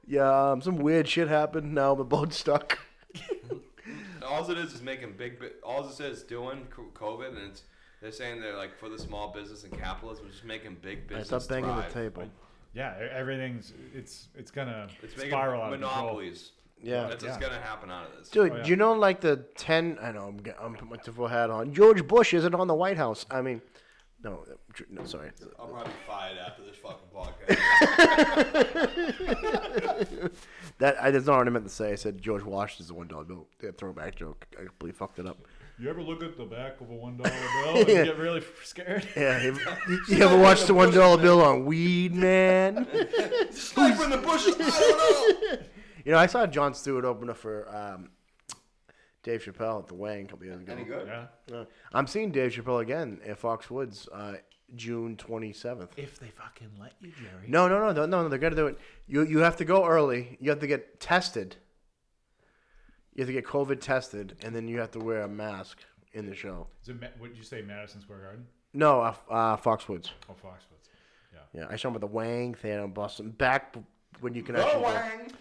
[SPEAKER 2] yeah, um, some weird shit happened. Now the boat's stuck.
[SPEAKER 4] All it is is making big. bi- All this is doing co- COVID, and it's they're saying they're like for the small business and capitalism, just making big
[SPEAKER 2] I
[SPEAKER 4] business.
[SPEAKER 2] stopped banging
[SPEAKER 4] thrive.
[SPEAKER 2] the table.
[SPEAKER 3] yeah, e, everything's it's it's gonna
[SPEAKER 4] It's making
[SPEAKER 3] spiral out of control.
[SPEAKER 4] monopolies.
[SPEAKER 2] Yeah.
[SPEAKER 4] That's what's gonna happen out of this.
[SPEAKER 2] Dude, do you know like the ten? I know I'm, g- I'm putting my tinfoil hat on. George Bush isn't on the White House. I mean, no, Ge- no, sorry.
[SPEAKER 4] I'll probably be fired after this fucking podcast.
[SPEAKER 2] That I, that's not what I meant to say. I said George Washington's the one dollar bill. Yeah, throwback joke. I completely fucked it up.
[SPEAKER 3] You ever look at the back of a one dollar bill and you get really f- scared?
[SPEAKER 2] Yeah, you, you ever watched the one dollar bill on weed, man?
[SPEAKER 4] Sniper in the bushes. I don't know.
[SPEAKER 2] You know, I saw John Stewart open up for um, Dave Chappelle at the Wang a couple years ago.
[SPEAKER 4] Any good?
[SPEAKER 3] Yeah.
[SPEAKER 2] Uh, I'm seeing Dave Chappelle again at Fox Woods, uh, June 27th.
[SPEAKER 6] If they fucking let you, Jerry.
[SPEAKER 2] No, no, no, no, no. They're gonna do it. You you have to go early. You have to get tested. You have to get COVID tested, and then you have to wear a mask in the show.
[SPEAKER 3] Is it, Ma- what did you say, Madison Square Garden
[SPEAKER 2] No, uh, uh, Foxwoods.
[SPEAKER 3] or Foxwoods? Yeah.
[SPEAKER 2] Yeah, I saw him at the Wang Theater in Boston. Back b- when you can
[SPEAKER 4] Go
[SPEAKER 2] actually go,
[SPEAKER 4] Wang.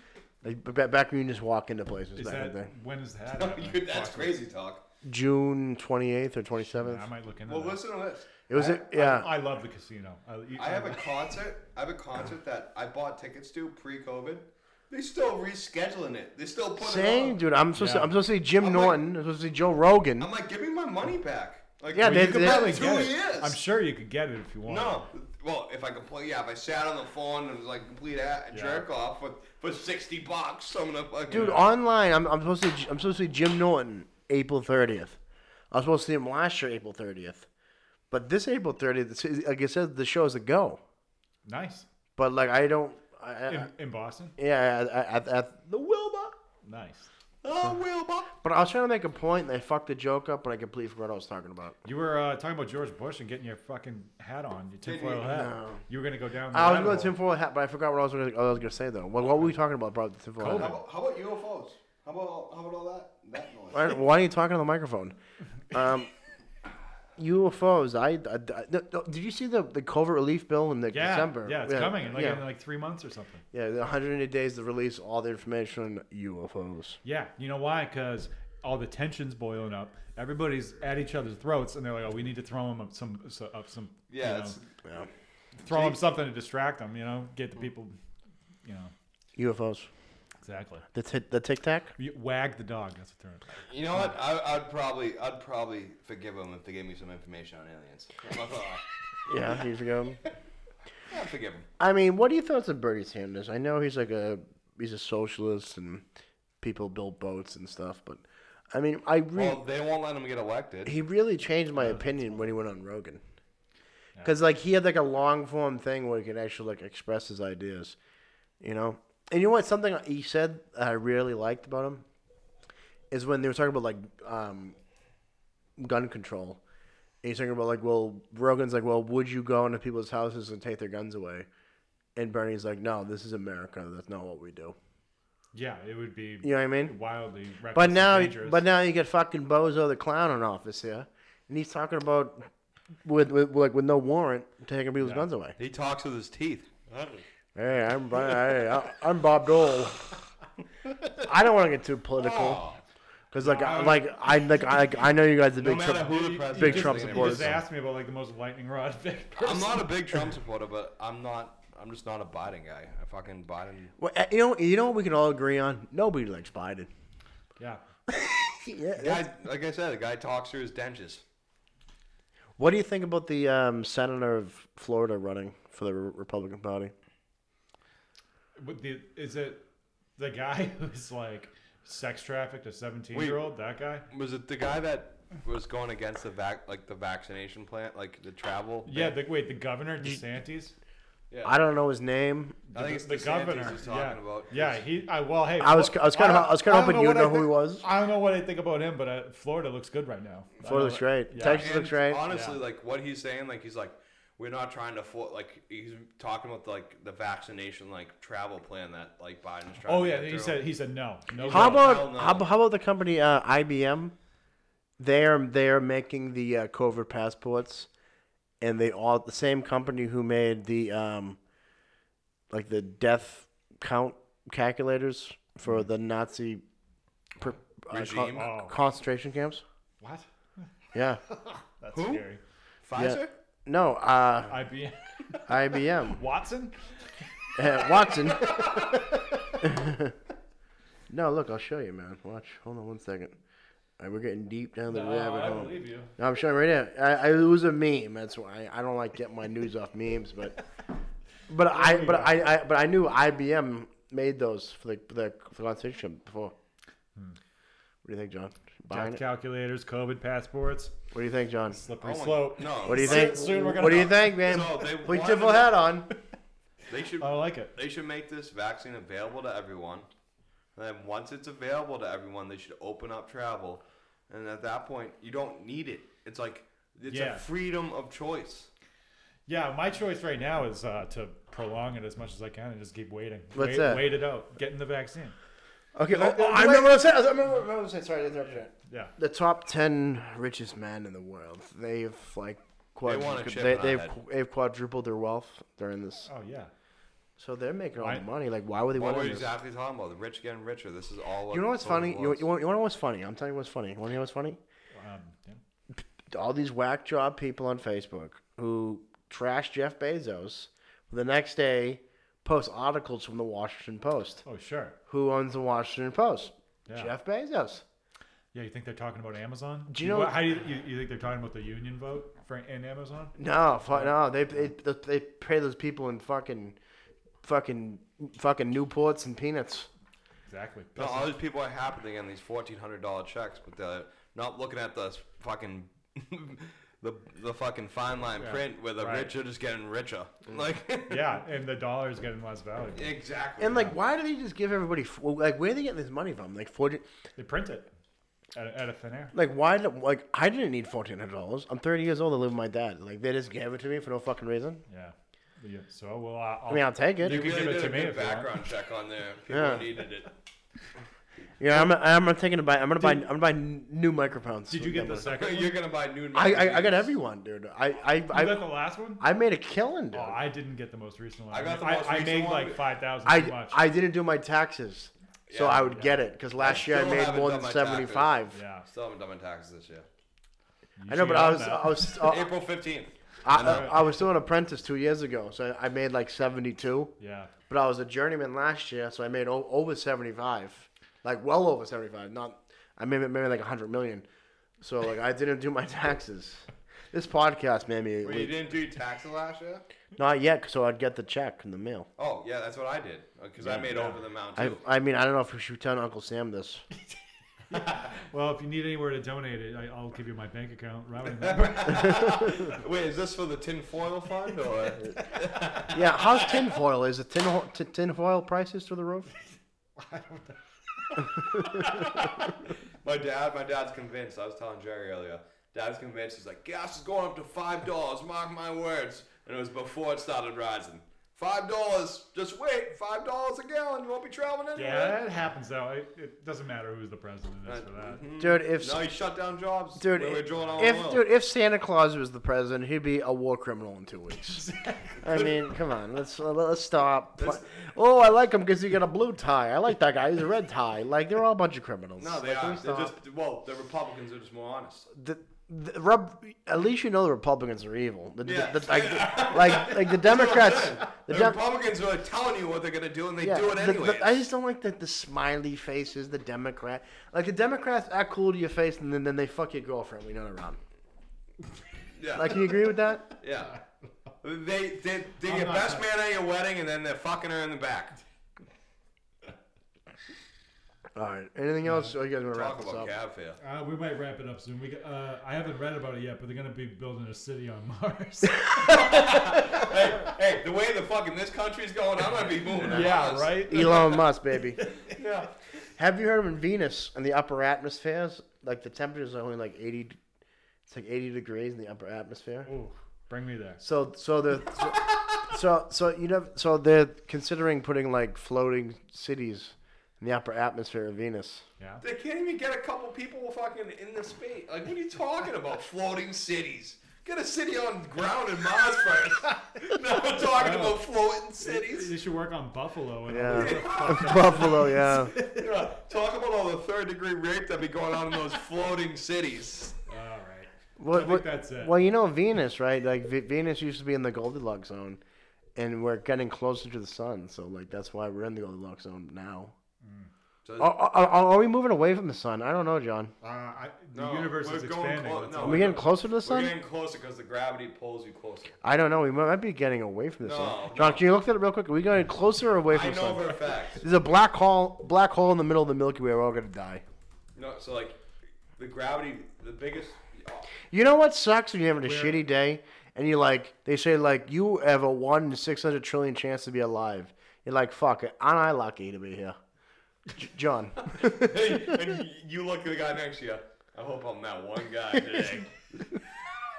[SPEAKER 2] like, b- back when you just walk into places.
[SPEAKER 3] Is
[SPEAKER 2] back in
[SPEAKER 3] that
[SPEAKER 2] the day.
[SPEAKER 3] when is that? happening?
[SPEAKER 4] You- That's
[SPEAKER 3] Foxwoods?
[SPEAKER 4] crazy talk.
[SPEAKER 2] June twenty eighth or twenty seventh?
[SPEAKER 3] I might look into
[SPEAKER 4] Well,
[SPEAKER 3] that.
[SPEAKER 4] listen to this.
[SPEAKER 2] It was
[SPEAKER 4] I,
[SPEAKER 2] a, yeah.
[SPEAKER 3] I love the casino. I, you-
[SPEAKER 4] I have a concert. I have a concert that I bought tickets to pre-COVID. They still rescheduling it. They still putting it
[SPEAKER 2] Same,
[SPEAKER 4] on.
[SPEAKER 2] dude. I'm supposed
[SPEAKER 3] Yeah.
[SPEAKER 2] to. I'm supposed to see Jim
[SPEAKER 4] I'm like-
[SPEAKER 2] Norton. I'm supposed to see Joe Rogan.
[SPEAKER 4] I'm like, give me my money back. Like,
[SPEAKER 2] Yeah,
[SPEAKER 4] well,
[SPEAKER 2] they-
[SPEAKER 4] you could
[SPEAKER 2] they-
[SPEAKER 4] buy
[SPEAKER 2] Probably
[SPEAKER 4] two
[SPEAKER 3] get it.
[SPEAKER 4] years.
[SPEAKER 3] I'm sure you could get it if you want.
[SPEAKER 4] No. Well, if I could play, yeah, if I sat on the phone and was like complete a- jerk off for, for 60 bucks, I'm gonna fucking.
[SPEAKER 2] Dude, online, I'm, I'm supposed to. I'm supposed to see Jim Norton April 30th. I was supposed to see him last year April 30th, but this April 30th, it's- it's- like I said, the show's a go.
[SPEAKER 3] Nice.
[SPEAKER 2] But like I don't. I, I,
[SPEAKER 3] In, in Boston?
[SPEAKER 2] yeah, I, I, I, at the Wilbur.
[SPEAKER 3] Nice.
[SPEAKER 4] oh, Wilbur.
[SPEAKER 2] But I was trying to make a point, and I fucked the joke up, but I completely forgot what I was talking about.
[SPEAKER 3] You were uh, talking about George Bush and getting your fucking hat on, your tinfoil
[SPEAKER 4] you?
[SPEAKER 3] hat. You were going to go down. The
[SPEAKER 2] I was
[SPEAKER 3] rabbit
[SPEAKER 2] going to
[SPEAKER 3] hole.
[SPEAKER 2] tinfoil hat, but I forgot what I was going to, I was going to say though. What, what were we talking about? About the tinfoil
[SPEAKER 4] How
[SPEAKER 2] hat?
[SPEAKER 4] about, how about UFOs? How about how about all that that noise?
[SPEAKER 2] Why, why are you talking on the microphone? Um, UFOs. I, I- I- no, no, did you see the, the covert relief bill in the
[SPEAKER 3] Yeah,
[SPEAKER 2] December?
[SPEAKER 3] yeah, it's coming in like,
[SPEAKER 2] yeah,
[SPEAKER 3] in like three months or something.
[SPEAKER 2] yeah, the 180 days to release all the information on UFOs.
[SPEAKER 3] Yeah, you know why? Because all the tensions boiling up. Everybody's at each other's throats, and they're like, "Oh, we need to throw them up some, so, up some,
[SPEAKER 4] Yeah,
[SPEAKER 3] you know,
[SPEAKER 4] it's-
[SPEAKER 3] throw them something to distract them, you know, get the people, you know,
[SPEAKER 2] UFOs.
[SPEAKER 3] exactly.
[SPEAKER 2] The t- the Tic Tac.
[SPEAKER 3] You- Wag the dog. That's what they're.
[SPEAKER 4] You know what? I, I'd probably I'd probably forgive them if they gave me some information on aliens.
[SPEAKER 2] Yeah, years ago.
[SPEAKER 4] I'd forgive them.
[SPEAKER 2] I mean, what are your thoughts on Bernie Sanders? I know he's like a he's a socialist and people build boats and stuff, but I mean, I really
[SPEAKER 4] Well, they won't let them get elected.
[SPEAKER 2] he really changed my opinion when he went on Rogan. Because like he had like a long form thing where he could actually like express his ideas, you know. And you know what? Something he said that I really liked about him is when they were talking about like um, gun control. And he's talking about like, well, Rogan's like, well, would you go into people's houses and take their guns away? And Bernie's like, no, this is America. That's not what we do.
[SPEAKER 3] Yeah, it would be
[SPEAKER 2] You know what I mean?
[SPEAKER 3] wildly. reckless
[SPEAKER 2] But
[SPEAKER 3] and
[SPEAKER 2] now,
[SPEAKER 3] dangerous.
[SPEAKER 2] but now you get fucking Bozo the clown in office here, and he's talking about with, with like with no warrant taking people's guns away.
[SPEAKER 4] He talks with his teeth.
[SPEAKER 2] Hey, I'm Bo- hey, I- I'm Bob Dole. I don't want to get too
[SPEAKER 4] Oh,
[SPEAKER 2] political, because like I, like I like I like, I know you guys are big.
[SPEAKER 4] matter
[SPEAKER 2] Trump-
[SPEAKER 4] who the
[SPEAKER 3] You-
[SPEAKER 4] president
[SPEAKER 2] big
[SPEAKER 3] you
[SPEAKER 2] Trump
[SPEAKER 3] just, You
[SPEAKER 2] supporters.
[SPEAKER 3] just asked me about like the most lightning rod. Thing.
[SPEAKER 4] I'm not a big Trump supporter, but I'm not. I'm just not a Biden guy. I fucking Biden.
[SPEAKER 2] Well, uh, you know, you know what we can all agree on. Nobody likes Biden.
[SPEAKER 3] Yeah.
[SPEAKER 4] Guy, like I said, the guy talks through his dentures.
[SPEAKER 2] What do you think about the um, senator of Florida running for the Re- Republican Party?
[SPEAKER 3] What the, is it the guy who's like sex trafficked a 17
[SPEAKER 4] Wait.
[SPEAKER 3] year old? That guy?
[SPEAKER 4] Was it the guy that was going against the vac, like the vaccination plant, like the travel?
[SPEAKER 3] Yeah. The, wait, the governor DeSantis.
[SPEAKER 2] I don't know his name.
[SPEAKER 4] I think it's
[SPEAKER 3] the
[SPEAKER 4] DeSantis
[SPEAKER 3] governor.
[SPEAKER 4] he's
[SPEAKER 3] yeah.
[SPEAKER 4] talking about.
[SPEAKER 3] yeah, he. I, well, hey,
[SPEAKER 2] I was-
[SPEAKER 3] well,
[SPEAKER 2] I was kinda- I was kinda
[SPEAKER 3] don't
[SPEAKER 2] hoping you
[SPEAKER 3] what
[SPEAKER 2] would
[SPEAKER 3] I
[SPEAKER 2] know who he
[SPEAKER 3] think-
[SPEAKER 2] was.
[SPEAKER 3] I don't know what I think about him, but uh, Florida looks good right now.
[SPEAKER 2] Florida
[SPEAKER 3] I don't
[SPEAKER 2] looks
[SPEAKER 3] know-
[SPEAKER 2] great.
[SPEAKER 3] Yeah.
[SPEAKER 2] Texas
[SPEAKER 4] And
[SPEAKER 2] looks great.
[SPEAKER 4] Honestly,
[SPEAKER 3] Yeah.
[SPEAKER 4] like what he's saying, like he's like, we're not trying to for like he's talking about like the vaccination like travel plan that like Biden's trying.
[SPEAKER 3] Oh
[SPEAKER 4] to
[SPEAKER 3] yeah,
[SPEAKER 4] get
[SPEAKER 3] he
[SPEAKER 4] through.
[SPEAKER 3] said he said no. No.
[SPEAKER 2] How
[SPEAKER 3] way.
[SPEAKER 4] hell
[SPEAKER 2] about
[SPEAKER 4] no.
[SPEAKER 2] how, how about the company uh, IBM? They're they're making the uh, COVID passports, and they all the same company who made the um, like the death count calculators for the Nazi per, uh, co-
[SPEAKER 4] Regime?
[SPEAKER 3] Oh.
[SPEAKER 2] concentration camps.
[SPEAKER 3] what?
[SPEAKER 2] Yeah,
[SPEAKER 3] That's
[SPEAKER 4] Who?
[SPEAKER 3] scary.
[SPEAKER 4] Pfizer.
[SPEAKER 2] Yeah. no, uh,
[SPEAKER 3] IBM
[SPEAKER 2] IBM
[SPEAKER 3] Watson.
[SPEAKER 2] Uh, Watson. No, look, I'll show you, man. Watch. Hold on one second. All right, we're getting deep down the
[SPEAKER 5] No,
[SPEAKER 2] rabbit
[SPEAKER 5] I
[SPEAKER 2] hole.
[SPEAKER 5] believe you.
[SPEAKER 2] No, I'm showing right now. I, I it was a meme. That's why I, I don't like getting my news off memes, but but I but I, I but I knew IBM made those for the for the, for the competition before. What do you think, John? Buying
[SPEAKER 3] Death
[SPEAKER 2] it?
[SPEAKER 3] calculators, COVID passports,
[SPEAKER 2] What do you think, John?
[SPEAKER 3] slippery
[SPEAKER 4] Oh my-
[SPEAKER 3] slope.
[SPEAKER 4] No.
[SPEAKER 2] What do you
[SPEAKER 4] soon-
[SPEAKER 2] think?
[SPEAKER 3] soon we're gonna
[SPEAKER 2] what do you
[SPEAKER 3] know.
[SPEAKER 2] think, man?
[SPEAKER 4] So they
[SPEAKER 2] Put your
[SPEAKER 4] wanted
[SPEAKER 2] full
[SPEAKER 4] to-
[SPEAKER 2] hat on.
[SPEAKER 4] They should.
[SPEAKER 3] I like it.
[SPEAKER 4] They should make this vaccine available to everyone. And then once it's available to everyone, they should open up travel. And at that point, you don't need it. It's like it's
[SPEAKER 3] Yeah.
[SPEAKER 4] a freedom of choice.
[SPEAKER 3] Yeah, my choice right now is uh, to prolong it as much as I can and just keep waiting.
[SPEAKER 2] What's
[SPEAKER 3] wait,
[SPEAKER 2] that?
[SPEAKER 3] wait it out. Getting the vaccine.
[SPEAKER 2] Okay, oh,
[SPEAKER 3] like-
[SPEAKER 2] oh, I remember what I said. I remember what I said. Sorry to interrupt you.
[SPEAKER 3] Yeah.
[SPEAKER 2] the top 10 richest men in the world. They've like
[SPEAKER 4] want a
[SPEAKER 2] quadrupled,
[SPEAKER 4] chip
[SPEAKER 2] they,
[SPEAKER 4] in our
[SPEAKER 2] they've,
[SPEAKER 4] head.
[SPEAKER 2] they've quadrupled their wealth during this.
[SPEAKER 3] Oh yeah.
[SPEAKER 2] So they're making all
[SPEAKER 3] Why-
[SPEAKER 2] the money. Like, why would they want
[SPEAKER 4] What we're
[SPEAKER 2] to
[SPEAKER 4] exactly talking about. The rich getting richer. This is all.
[SPEAKER 2] You know what's funny? You,
[SPEAKER 4] was.
[SPEAKER 2] you, want, you want to know what's funny? I'm telling you what's funny. You want to know what's funny?
[SPEAKER 3] Um, yeah.
[SPEAKER 2] All these whack job people on Facebook who trash Jeff Bezos. The next day, post articles from the Washington Post.
[SPEAKER 3] Oh sure.
[SPEAKER 2] Who owns the Washington Post?
[SPEAKER 3] Yeah.
[SPEAKER 2] Jeff Bezos.
[SPEAKER 3] Yeah, you think they're talking about Amazon?
[SPEAKER 2] Do you know-
[SPEAKER 3] What- how do you, you, you think they're talking about the union vote for in Amazon?
[SPEAKER 2] No, fuck no. They they they pay those people in fucking, fucking, fucking Newports and peanuts.
[SPEAKER 3] Exactly.
[SPEAKER 4] No, all these people are happy they're getting these fourteen hundred dollar checks, but they're not looking at the fucking the the fucking fine line print where the
[SPEAKER 3] right.
[SPEAKER 4] rich are just getting richer. Like
[SPEAKER 3] Yeah, and the dollar is getting less value.
[SPEAKER 4] exactly.
[SPEAKER 2] And like, why do they just give everybody? f- Like, where are they getting this money from? Like forty.
[SPEAKER 3] They print it out of, out of thin air.
[SPEAKER 2] Like, why? do- Like, I didn't need fourteen hundred dollars. I'm thirty years old. I live with my dad. Like, they just gave it to me for no fucking reason.
[SPEAKER 3] Yeah. yeah. So well, I- I'll,
[SPEAKER 2] I mean, I'll take it.
[SPEAKER 4] you
[SPEAKER 3] can
[SPEAKER 4] really
[SPEAKER 3] give it
[SPEAKER 4] did
[SPEAKER 3] to
[SPEAKER 4] a
[SPEAKER 3] me
[SPEAKER 4] good
[SPEAKER 3] if you want.
[SPEAKER 4] background check on there. People
[SPEAKER 2] Yeah.
[SPEAKER 4] needed it.
[SPEAKER 2] yeah, I'm. I'm taking to buy. I'm gonna buy. I'm gonna buy n- new microphones.
[SPEAKER 3] did you get the second?
[SPEAKER 4] You're
[SPEAKER 3] one?
[SPEAKER 4] gonna buy new.
[SPEAKER 2] I, I I got
[SPEAKER 4] magazines.
[SPEAKER 2] everyone, dude. I I
[SPEAKER 3] You got
[SPEAKER 2] I,
[SPEAKER 3] the last one?
[SPEAKER 2] I made a killing, dude.
[SPEAKER 3] Oh, I didn't get the most recent one.
[SPEAKER 4] I got the
[SPEAKER 3] I,
[SPEAKER 4] most
[SPEAKER 3] I
[SPEAKER 4] recent
[SPEAKER 3] made
[SPEAKER 4] one.
[SPEAKER 3] like five thousand too
[SPEAKER 2] I
[SPEAKER 3] much.
[SPEAKER 2] I didn't do my taxes, so
[SPEAKER 4] Yeah,
[SPEAKER 2] I would get it because last year I
[SPEAKER 4] still
[SPEAKER 2] made
[SPEAKER 4] haven't
[SPEAKER 2] more
[SPEAKER 4] done
[SPEAKER 2] than
[SPEAKER 4] my taxes.
[SPEAKER 2] seventy five.
[SPEAKER 3] yeah.
[SPEAKER 4] Still haven't done my taxes this year.
[SPEAKER 3] You
[SPEAKER 2] I know,
[SPEAKER 3] should
[SPEAKER 2] but
[SPEAKER 3] get
[SPEAKER 2] I
[SPEAKER 3] on
[SPEAKER 2] was
[SPEAKER 3] that.
[SPEAKER 2] I was I,
[SPEAKER 4] April fifteenth.
[SPEAKER 2] I, I was still an apprentice two years ago, so I made like seventy two.
[SPEAKER 3] Yeah.
[SPEAKER 2] But I was a journeyman last year, so I made o- over seventy five, like well over seventy five. Not I made maybe like hundred million. So like I didn't do my taxes. This podcast made me
[SPEAKER 4] Well, you didn't do your taxes last year.
[SPEAKER 2] not yet, so I'd get the check in the mail.
[SPEAKER 4] Oh yeah, that's what I did because I made over the amount
[SPEAKER 2] I
[SPEAKER 4] too.
[SPEAKER 2] I mean I don't know if we should tell Uncle Sam this.
[SPEAKER 3] Well, if you need anywhere to donate it, I, I'll give you my bank account routing number.
[SPEAKER 4] Wait, is this for the tinfoil fund or?
[SPEAKER 2] Yeah, how's tinfoil? Is the tin ho- t- tinfoil prices through the roof?
[SPEAKER 4] My dad, my dad's convinced. I was telling Jerry earlier. Dad's convinced. He's like, gas is going up to five dollars. Mark my words. And it was before it started rising. Five dollars. Just wait. Five dollars a gallon. You won't be traveling anywhere.
[SPEAKER 3] yeah, it happens though. It, it doesn't matter who's the president is for that.
[SPEAKER 2] Dude, if
[SPEAKER 4] Now you shut down jobs.
[SPEAKER 2] Dude,
[SPEAKER 4] When we Mm, were drilling our
[SPEAKER 2] if
[SPEAKER 4] oil.
[SPEAKER 2] dude, if Santa Claus was the president, he'd be a war criminal in two weeks.
[SPEAKER 3] Uh,
[SPEAKER 2] I mean, come on, let's uh, let's stop. pla- oh, I like him because he got a blue tie. I like that guy. He's a red tie. Like they're all a bunch of criminals.
[SPEAKER 4] no, they
[SPEAKER 2] Like,
[SPEAKER 4] are.
[SPEAKER 2] we
[SPEAKER 4] They're
[SPEAKER 2] stop.
[SPEAKER 4] just well, the Republicans are just more honest.
[SPEAKER 2] the, the rub, at least you know the Republicans are evil. The, the-
[SPEAKER 4] Yeah.
[SPEAKER 2] the- like, like like the Democrats.
[SPEAKER 4] The,
[SPEAKER 2] The Dem-
[SPEAKER 4] Republicans are telling you what they're gonna do, and they
[SPEAKER 2] yeah,
[SPEAKER 4] do it
[SPEAKER 2] the- the-
[SPEAKER 4] anyway.
[SPEAKER 2] I just don't like the, the smiley faces. The Democrat, like the Democrats, act cool to your face, and then, then they fuck your girlfriend when you're not around.
[SPEAKER 4] yeah,
[SPEAKER 2] Like, can you agree with that?
[SPEAKER 4] yeah. They they they're
[SPEAKER 3] I'm
[SPEAKER 4] your
[SPEAKER 3] not
[SPEAKER 4] best
[SPEAKER 3] touching-
[SPEAKER 4] man at your wedding, and then they're fucking her in the back.
[SPEAKER 2] All right. Anything else? Or you guys want to wrap
[SPEAKER 4] Talk
[SPEAKER 2] this up?
[SPEAKER 4] about cab fare.
[SPEAKER 3] Uh, we might wrap it up soon. We got- uh, I haven't read about it yet, but they're gonna be building a city on Mars.
[SPEAKER 4] Hey, the way the fucking this country's going, I'm gonna be moving. to Mars.
[SPEAKER 2] Elon Musk, baby. Have you heard of in Venus in the upper atmospheres? Like the temperature's only like eighty. It's like eighty degrees in the upper atmosphere.
[SPEAKER 3] Ooh, bring me there.
[SPEAKER 2] So so the so so you know so they're considering putting like floating cities in the upper atmosphere of Venus.
[SPEAKER 3] Yeah.
[SPEAKER 4] They can't even get a couple people fucking in the space. Like, what are you talking about? Floating cities. Get a city on ground in Mars first. now we're talking about floating cities.
[SPEAKER 3] They should work on Buffalo. And all
[SPEAKER 2] Yeah, Buffalo. Yeah,
[SPEAKER 4] Yeah, Talk about all the third degree rape that be going on in those floating cities.
[SPEAKER 3] that. All right.
[SPEAKER 2] What-
[SPEAKER 3] think
[SPEAKER 2] what-
[SPEAKER 3] that's it.
[SPEAKER 2] Well, you know Venus, right? Like v- Venus used to be in the Goldilocks zone,
[SPEAKER 3] Mm.
[SPEAKER 2] and we're getting closer to the sun, so like that's why we're in the Goldilocks zone now.
[SPEAKER 4] So
[SPEAKER 2] Are, are, are we moving away from the sun? I don't know, John.
[SPEAKER 3] Uh, I, the
[SPEAKER 4] No,
[SPEAKER 3] universe
[SPEAKER 4] we're
[SPEAKER 3] is
[SPEAKER 4] going
[SPEAKER 3] expanding.
[SPEAKER 4] clo-
[SPEAKER 3] That's
[SPEAKER 4] no,
[SPEAKER 3] all.
[SPEAKER 2] Are we getting closer to the
[SPEAKER 4] we're
[SPEAKER 2] sun?
[SPEAKER 4] getting closer because the gravity pulls you closer.
[SPEAKER 2] I don't know. We might be getting away from the sun.
[SPEAKER 4] No,
[SPEAKER 2] John,
[SPEAKER 4] no.
[SPEAKER 2] can you look at it real quick? Are we going closer or away
[SPEAKER 4] I
[SPEAKER 2] from the
[SPEAKER 4] know
[SPEAKER 2] sun?
[SPEAKER 4] for a fact.
[SPEAKER 2] There's a black hole, black hole in the middle of the Milky Way. We're all gonna die.
[SPEAKER 4] No, so like the gravity, the biggest.
[SPEAKER 2] You know what sucks when you're having a shitty day and you like they say like you have a one in six hundred trillion chance to be alive. You're like fuck it, aren't I lucky to be here, J- John?
[SPEAKER 4] Hey, and you look at the guy next to you. I hope I'm that one guy today.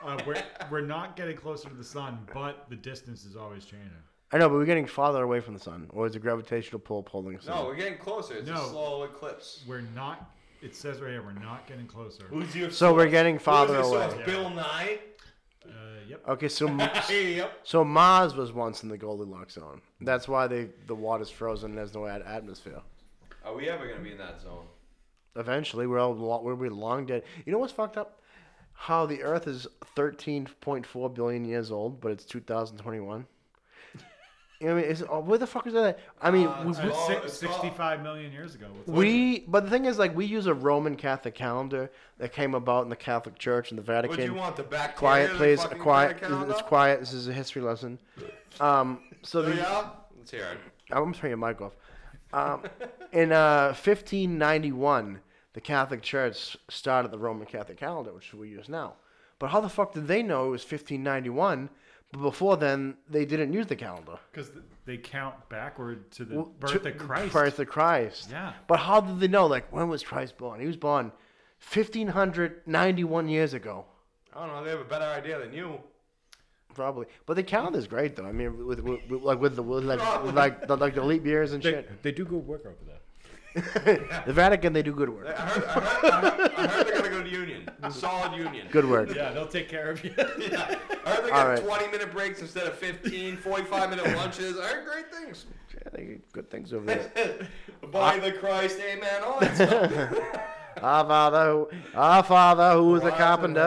[SPEAKER 3] Uh, we're, we're not getting closer to the sun, but the distance is always changing.
[SPEAKER 2] I know, but we're getting farther away from the sun, or is the gravitational pull pulling us?
[SPEAKER 4] no,
[SPEAKER 2] in?
[SPEAKER 4] we're getting closer. It's
[SPEAKER 3] No.
[SPEAKER 4] a slow eclipse.
[SPEAKER 3] We're not. It says right here we're not getting closer.
[SPEAKER 4] Who's your
[SPEAKER 2] So we're getting farther
[SPEAKER 4] Who's your
[SPEAKER 2] away.
[SPEAKER 4] source? Bill Nye.
[SPEAKER 3] Uh, yep.
[SPEAKER 2] Okay, so
[SPEAKER 4] Hey, yep.
[SPEAKER 2] so Mars was once in the Goldilocks zone. That's why they the water's frozen and there's no at- atmosphere.
[SPEAKER 4] Are we ever gonna be in that zone?
[SPEAKER 2] Eventually, we're all lo- we'll be long dead. You know what's fucked up? How the Earth is 13.4 billion years old, but it's 2021. You know, what I mean, it's, oh, where the fuck is that? I mean,
[SPEAKER 4] Uh,
[SPEAKER 2] we,
[SPEAKER 4] I
[SPEAKER 2] we,
[SPEAKER 4] Oh,
[SPEAKER 3] Si-
[SPEAKER 4] it's gone.
[SPEAKER 3] 65 million years ago. What's
[SPEAKER 2] we- but the thing is, like, we use a Roman Catholic calendar that came about in the Catholic Church and the
[SPEAKER 4] What do you
[SPEAKER 2] Vatican.
[SPEAKER 4] want? The back
[SPEAKER 2] Quiet,
[SPEAKER 4] corner of the
[SPEAKER 2] please.
[SPEAKER 4] fucking
[SPEAKER 2] Quiet.
[SPEAKER 4] back calendar?
[SPEAKER 2] It's quiet. This is a history lesson. Um, so
[SPEAKER 4] Oh,
[SPEAKER 2] the,
[SPEAKER 4] yeah. Let's hear it.
[SPEAKER 2] I'm turning your mic off. Um, in uh, 1591, the Catholic Church started the Roman Catholic calendar, which we use now. But how the fuck did they know it was 1591? But before then, they didn't use the calendar.
[SPEAKER 3] Because they count backward to the
[SPEAKER 2] Well,
[SPEAKER 3] birth
[SPEAKER 2] to-
[SPEAKER 3] of Christ.
[SPEAKER 2] Birth of Christ.
[SPEAKER 3] Yeah.
[SPEAKER 2] But how did they know? Like, when was Christ born? He was born 1591 years ago,
[SPEAKER 4] I don't know. They have a better idea than you.
[SPEAKER 2] probably. But the calendar's great, though. I mean, with, with, with- like with the with, like like the, like the leap years and shit.
[SPEAKER 6] They do good work over there.
[SPEAKER 2] The Vatican, they do good work.
[SPEAKER 4] I heard, I heard, I heard, I heard they're gonna go to union. Solid union.
[SPEAKER 2] Good work.
[SPEAKER 6] Yeah, they'll take care of you.
[SPEAKER 4] Yeah. I heard they
[SPEAKER 2] All
[SPEAKER 4] got
[SPEAKER 2] right.
[SPEAKER 4] 20 minute breaks instead of 15, 45 minute lunches. I heard great things.
[SPEAKER 2] Yeah, they get good things over there.
[SPEAKER 4] The body of the Christ, amen. All that stuff.
[SPEAKER 2] our father, who, our father who was a carpenter,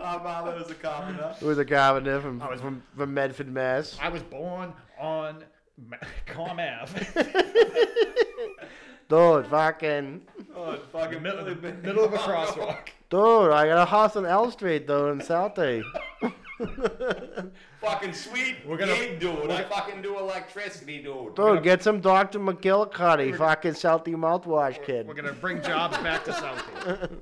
[SPEAKER 4] Our father was Uh, a carpenter.
[SPEAKER 2] who was a carpenter from from, from Medford, Mass.
[SPEAKER 6] I was born on Ma- Com Ave,
[SPEAKER 2] Dude, fucking,
[SPEAKER 4] Oh, fucking
[SPEAKER 6] middle,
[SPEAKER 4] Billy Bean.
[SPEAKER 6] middle of a crosswalk.
[SPEAKER 2] dude, I got a house on L Street though in Southie.
[SPEAKER 4] Fucking sweet. We're
[SPEAKER 6] gonna-
[SPEAKER 4] gonna dude. I fucking do electricity, dude.
[SPEAKER 2] Dude, get some Dr. McGillicuddy, fucking Southie mouthwash kid.
[SPEAKER 6] We're gonna bring jobs back to Southie.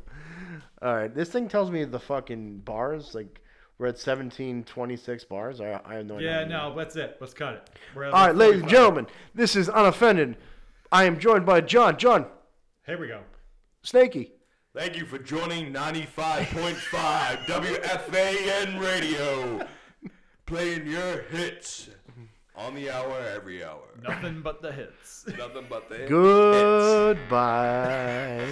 [SPEAKER 2] All right, this thing tells me the fucking bars like. We're at 1726 bars. I, I have no idea.
[SPEAKER 3] yeah, no, that's it. Let's cut it. We're at
[SPEAKER 2] All right, ladies and
[SPEAKER 3] 45.
[SPEAKER 2] gentlemen, this is Unoffended. I am joined by John. John,
[SPEAKER 3] Here we go.
[SPEAKER 2] Snaky.
[SPEAKER 4] Thank you for joining 95.5 WFAN Radio. Playing your hits on the hour every hour.
[SPEAKER 3] Nothing but the hits.
[SPEAKER 4] Nothing but the hits.
[SPEAKER 2] Goodbye.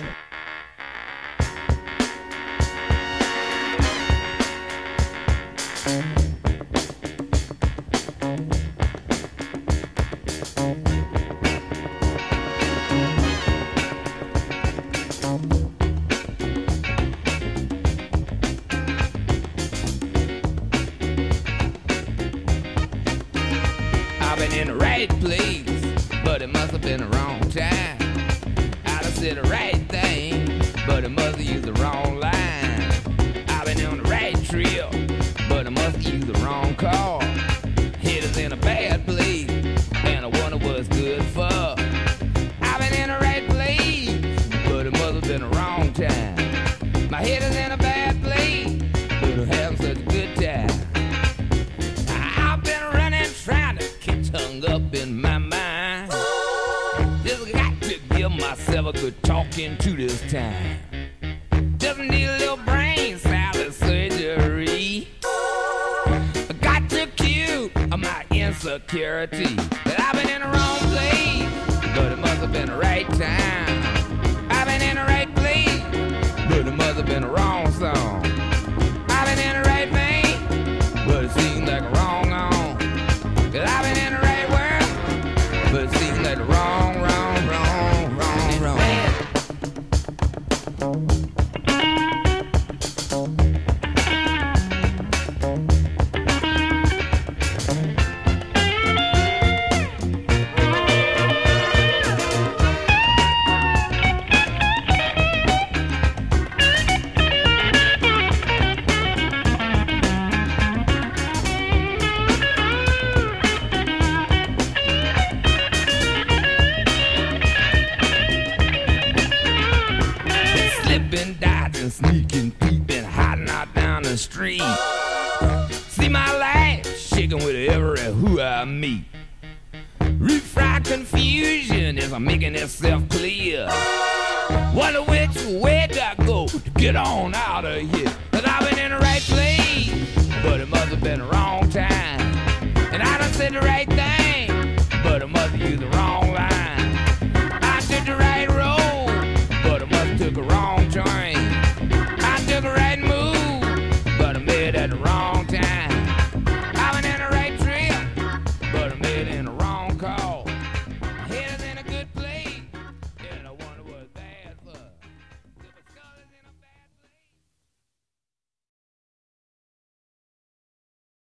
[SPEAKER 7] I've been in the right place, but it must have been the wrong time. I done said the right thing, but it must have used the wrong line. I've been on the right trip, but it must have used the wrong car. Head is in a bad place, and I wonder what's good for. I've been in the right place, but it must have been the wrong time. My head is in a bad place, but I'm having such a good time. I've been running, trying to get hung up in my mind. Just got to give myself a good talking to this time. Just need a little brain salad surgery. I got to cue my insecurity. That I've been in the wrong place, but it must have been the right time. I've been in the right place, but it must have been the wrong song. I've been in the right vein, but it seems like a wrong on. Cause I've been in the right world, but it seems like the wrong, wrong, wrong, wrong, wrong. street. See my life shaking with every who I meet. Refried confusion as I'm making itself clear. Wonder which way do I go to get on out of here? Cause I've been in the right place, but it must have been wrong